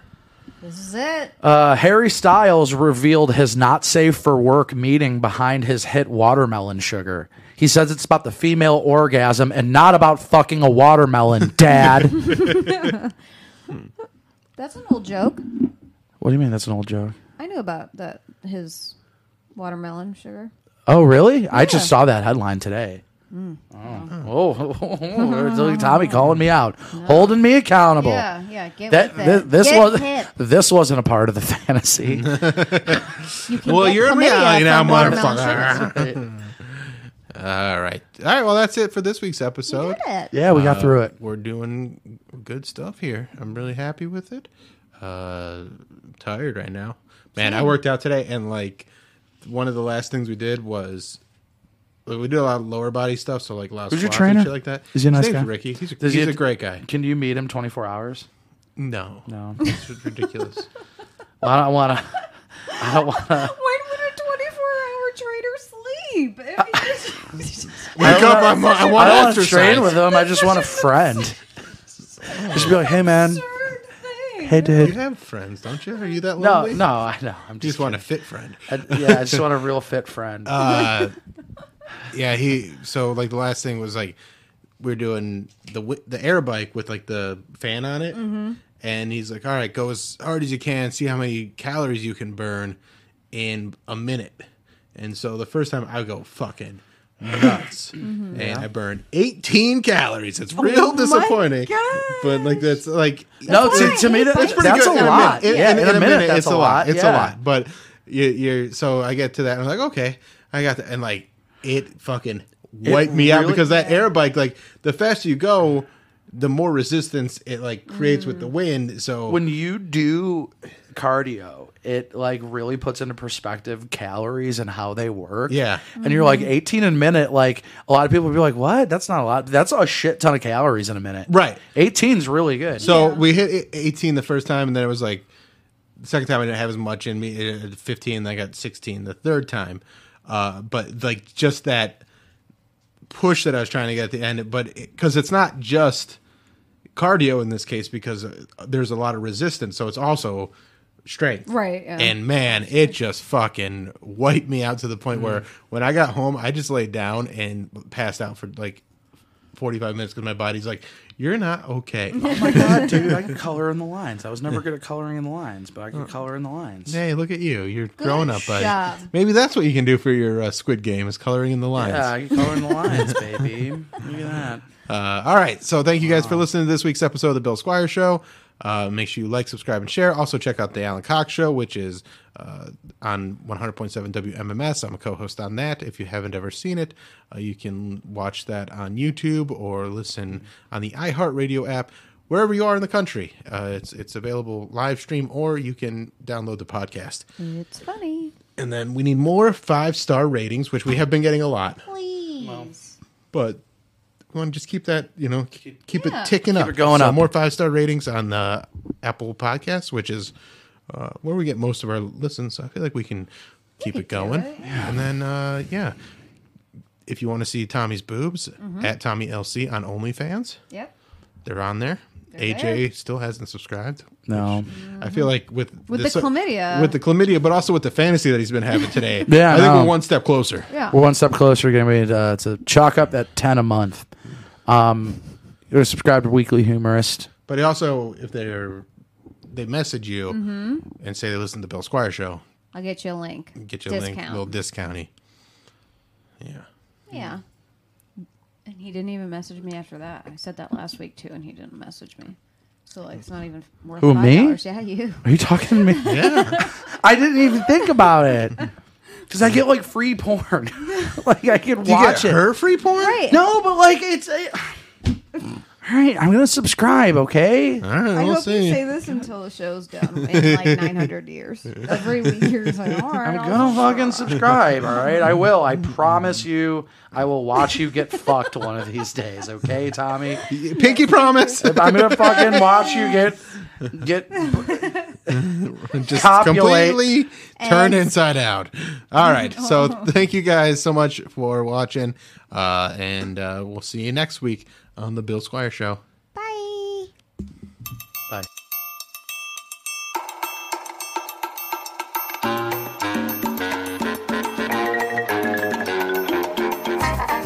Speaker 4: This is it.
Speaker 1: Uh, Harry Styles revealed his not safe for work meeting behind his hit Watermelon Sugar. He says it's about the female orgasm and not about fucking a watermelon, Dad.
Speaker 4: That's an old joke.
Speaker 1: what do you mean that's an old joke?
Speaker 4: I knew about that. His watermelon sugar.
Speaker 1: Oh, really? I just saw that headline today.
Speaker 4: Mm.
Speaker 1: Oh, oh, there's little Tommy calling me out, holding me accountable.
Speaker 4: Yeah, yeah. Get
Speaker 1: That,
Speaker 4: with it.
Speaker 1: thi- this
Speaker 4: Get
Speaker 1: was
Speaker 4: hip.
Speaker 1: this wasn't a part of the fantasy.
Speaker 4: You can
Speaker 2: Well,
Speaker 4: get
Speaker 2: you're a
Speaker 4: chlamydia
Speaker 2: reality now,
Speaker 4: from watermelon
Speaker 2: motherfucker.
Speaker 4: sugar.
Speaker 2: All right. All right. Well, that's it for this week's episode.
Speaker 4: Get it.
Speaker 1: yeah, we got through it.
Speaker 2: We're doing good stuff here. I'm really happy with it. Uh, I'm tired right now, man. I worked out today, and like one of the last things we did was. like, We do a lot of lower body stuff, so like a lot of
Speaker 1: Who's your
Speaker 2: squats and
Speaker 1: trainer?
Speaker 2: shit like that.
Speaker 1: Is he a
Speaker 2: His
Speaker 1: nice
Speaker 2: name's
Speaker 1: guy?
Speaker 2: Ricky, he's a,
Speaker 1: Does he-
Speaker 2: he's a great guy.
Speaker 1: Can you meet him 24 hours?
Speaker 2: No,
Speaker 1: No.
Speaker 2: it's ridiculous.
Speaker 1: Well, I don't want to. I don't want to.
Speaker 4: When would a 24 hour trader sleep? I mean, it's just-
Speaker 2: Wake up! I'm, I
Speaker 1: I don't
Speaker 2: want
Speaker 1: want to
Speaker 2: exercise.
Speaker 1: train with him. I just want a friend. just be like, hey man,
Speaker 4: absurd thing.
Speaker 1: hey
Speaker 2: You
Speaker 1: dude.
Speaker 2: have friends, don't you? Are you that
Speaker 1: No,
Speaker 2: lonely?
Speaker 1: no, I know. I'm
Speaker 2: You
Speaker 1: just.
Speaker 2: just want a fit friend.
Speaker 1: I, yeah, I just want a real fit friend.
Speaker 2: Yeah, he. So like the last thing was like we are doing the wi- the air bike with like the fan on it, and he's like, "All right, go as hard as you can, see how many calories you can burn in a minute." And so the first time I go fucking nuts, and I burned 18 calories. It's real disappointing, but like that's like
Speaker 1: no, to,
Speaker 4: fine.
Speaker 1: to me, that, that's,
Speaker 4: That's pretty
Speaker 1: a
Speaker 2: good. In
Speaker 1: lot.
Speaker 2: minute-
Speaker 1: yeah, in, a minute, that's
Speaker 2: it's a lot. It's
Speaker 1: yeah.
Speaker 2: a lot. But you, you're so I get to that. and I'm like, okay, I got that, and like it fucking wiped me out
Speaker 1: really-
Speaker 2: because that air bike, like the faster you go, the more resistance it like creates with the wind. So
Speaker 1: When you do cardio, it like really puts into perspective calories and how they work.
Speaker 2: Yeah.
Speaker 1: and you're like 18 a minute. Like a lot of people would be like, "What? That's not a lot. That's a shit ton of calories in a minute."
Speaker 2: Right.
Speaker 1: 18's really good.
Speaker 2: So we hit i- 18 the first time, and then it was like the second time I didn't have as much in me. It had 15, then I got 16 the third time. Uh, but like just that push that I was trying to get at the end, but because it's not just cardio in this case, because uh, there's a lot of resistance, so it's also strength,
Speaker 4: Right, yeah.
Speaker 2: And man, it just fucking wiped me out to the point where
Speaker 4: Mm-hmm.
Speaker 2: when I got home, I just laid down and passed out for like 45 minutes because my body's like, "You're not okay."
Speaker 1: Oh my god, dude! I can color in the lines. I was never good at coloring in the lines, but I
Speaker 2: Oh.
Speaker 1: can color in the lines.
Speaker 2: Hey, look at you. You're growing up, buddy.
Speaker 4: job.
Speaker 2: Maybe that's what you can do for your uh, Squid Game is coloring in the lines.
Speaker 1: Yeah, I can color in the lines, baby. Look at that.
Speaker 2: Uh, all right. So thank you guys for listening to this week's episode of The Bill Squire Show. Uh, make sure you like, subscribe, and share. Also, check out The Alan Cox Show, which is uh, on 100.7 WMMS. I'm a co host on that. If you haven't ever seen it, uh, you can watch that on YouTube or listen on the iHeartRadio app. Wherever you are in the country, uh, it's it's available live stream, or you can download the podcast.
Speaker 4: It's funny.
Speaker 2: And then we need more five star ratings, which we have been getting a lot.
Speaker 4: Please.
Speaker 2: But we want to just keep that, you know, keep, keep
Speaker 4: Yeah.
Speaker 2: it ticking
Speaker 1: Keep
Speaker 2: up.
Speaker 1: it going
Speaker 2: So
Speaker 1: up.
Speaker 2: More five star ratings on the Apple Podcasts, which is uh, where we get most of our listens. So I feel like we can keep it going.
Speaker 4: it.
Speaker 2: And then, uh, yeah, if you want to see Tommy's boobs
Speaker 4: Mm-hmm.
Speaker 2: at Tommy LC on OnlyFans,
Speaker 4: Yep.
Speaker 2: they're on there.
Speaker 4: They're
Speaker 2: AJ
Speaker 4: there. Mm-hmm.
Speaker 2: still hasn't subscribed.
Speaker 1: No.
Speaker 2: I feel like with uh,
Speaker 4: With the chlamydia.
Speaker 2: with the chlamydia, but also with the fantasy that he's been having today.
Speaker 1: Yeah,
Speaker 2: I think
Speaker 1: no.
Speaker 2: we're one step closer.
Speaker 4: Yeah.
Speaker 1: We're one step closer going to be uh, to chalk up that 10 a month. Um, you're subscribed to Weekly Humorist.
Speaker 2: But also, if they're they message you
Speaker 4: Mm-hmm.
Speaker 2: and say they listen to the Bill Squire show,
Speaker 4: I'll get you a link.
Speaker 2: get you a link, little discounty. Yeah,
Speaker 4: yeah. And he didn't even message me after that. I said that last week too, and he didn't message me. So like, it's not even worth
Speaker 1: Who,
Speaker 4: five
Speaker 1: me?
Speaker 4: dollars. Yeah, you.
Speaker 1: Are you talking to me?
Speaker 2: yeah.
Speaker 1: I didn't even think about it. Because I get like free porn. like I could
Speaker 2: you
Speaker 1: watch
Speaker 2: get
Speaker 1: it.
Speaker 2: her free porn?
Speaker 4: Right.
Speaker 1: No, but like it's. I- all right, I'm gonna subscribe. Okay,
Speaker 2: All right,
Speaker 4: I
Speaker 2: we'll
Speaker 4: hope
Speaker 2: see.
Speaker 4: you say this until the show's done in like 900 years. Every week you're just like, all right,
Speaker 1: I'm
Speaker 4: I'll
Speaker 1: gonna
Speaker 4: just-
Speaker 1: fucking subscribe. All right, I will. I promise you, I will watch you get fucked one of these days. Okay, Tommy.
Speaker 2: Pinky promise.
Speaker 1: I'm gonna fucking watch you get get
Speaker 2: just
Speaker 1: Copulate.
Speaker 2: completely turned inside out. All right. So
Speaker 4: Oh.
Speaker 2: thank you guys so much for watching. Uh, and uh, we'll see you next week on the Bill Squire Show.
Speaker 4: Bye.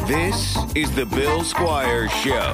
Speaker 3: This is the Bill Squire Show.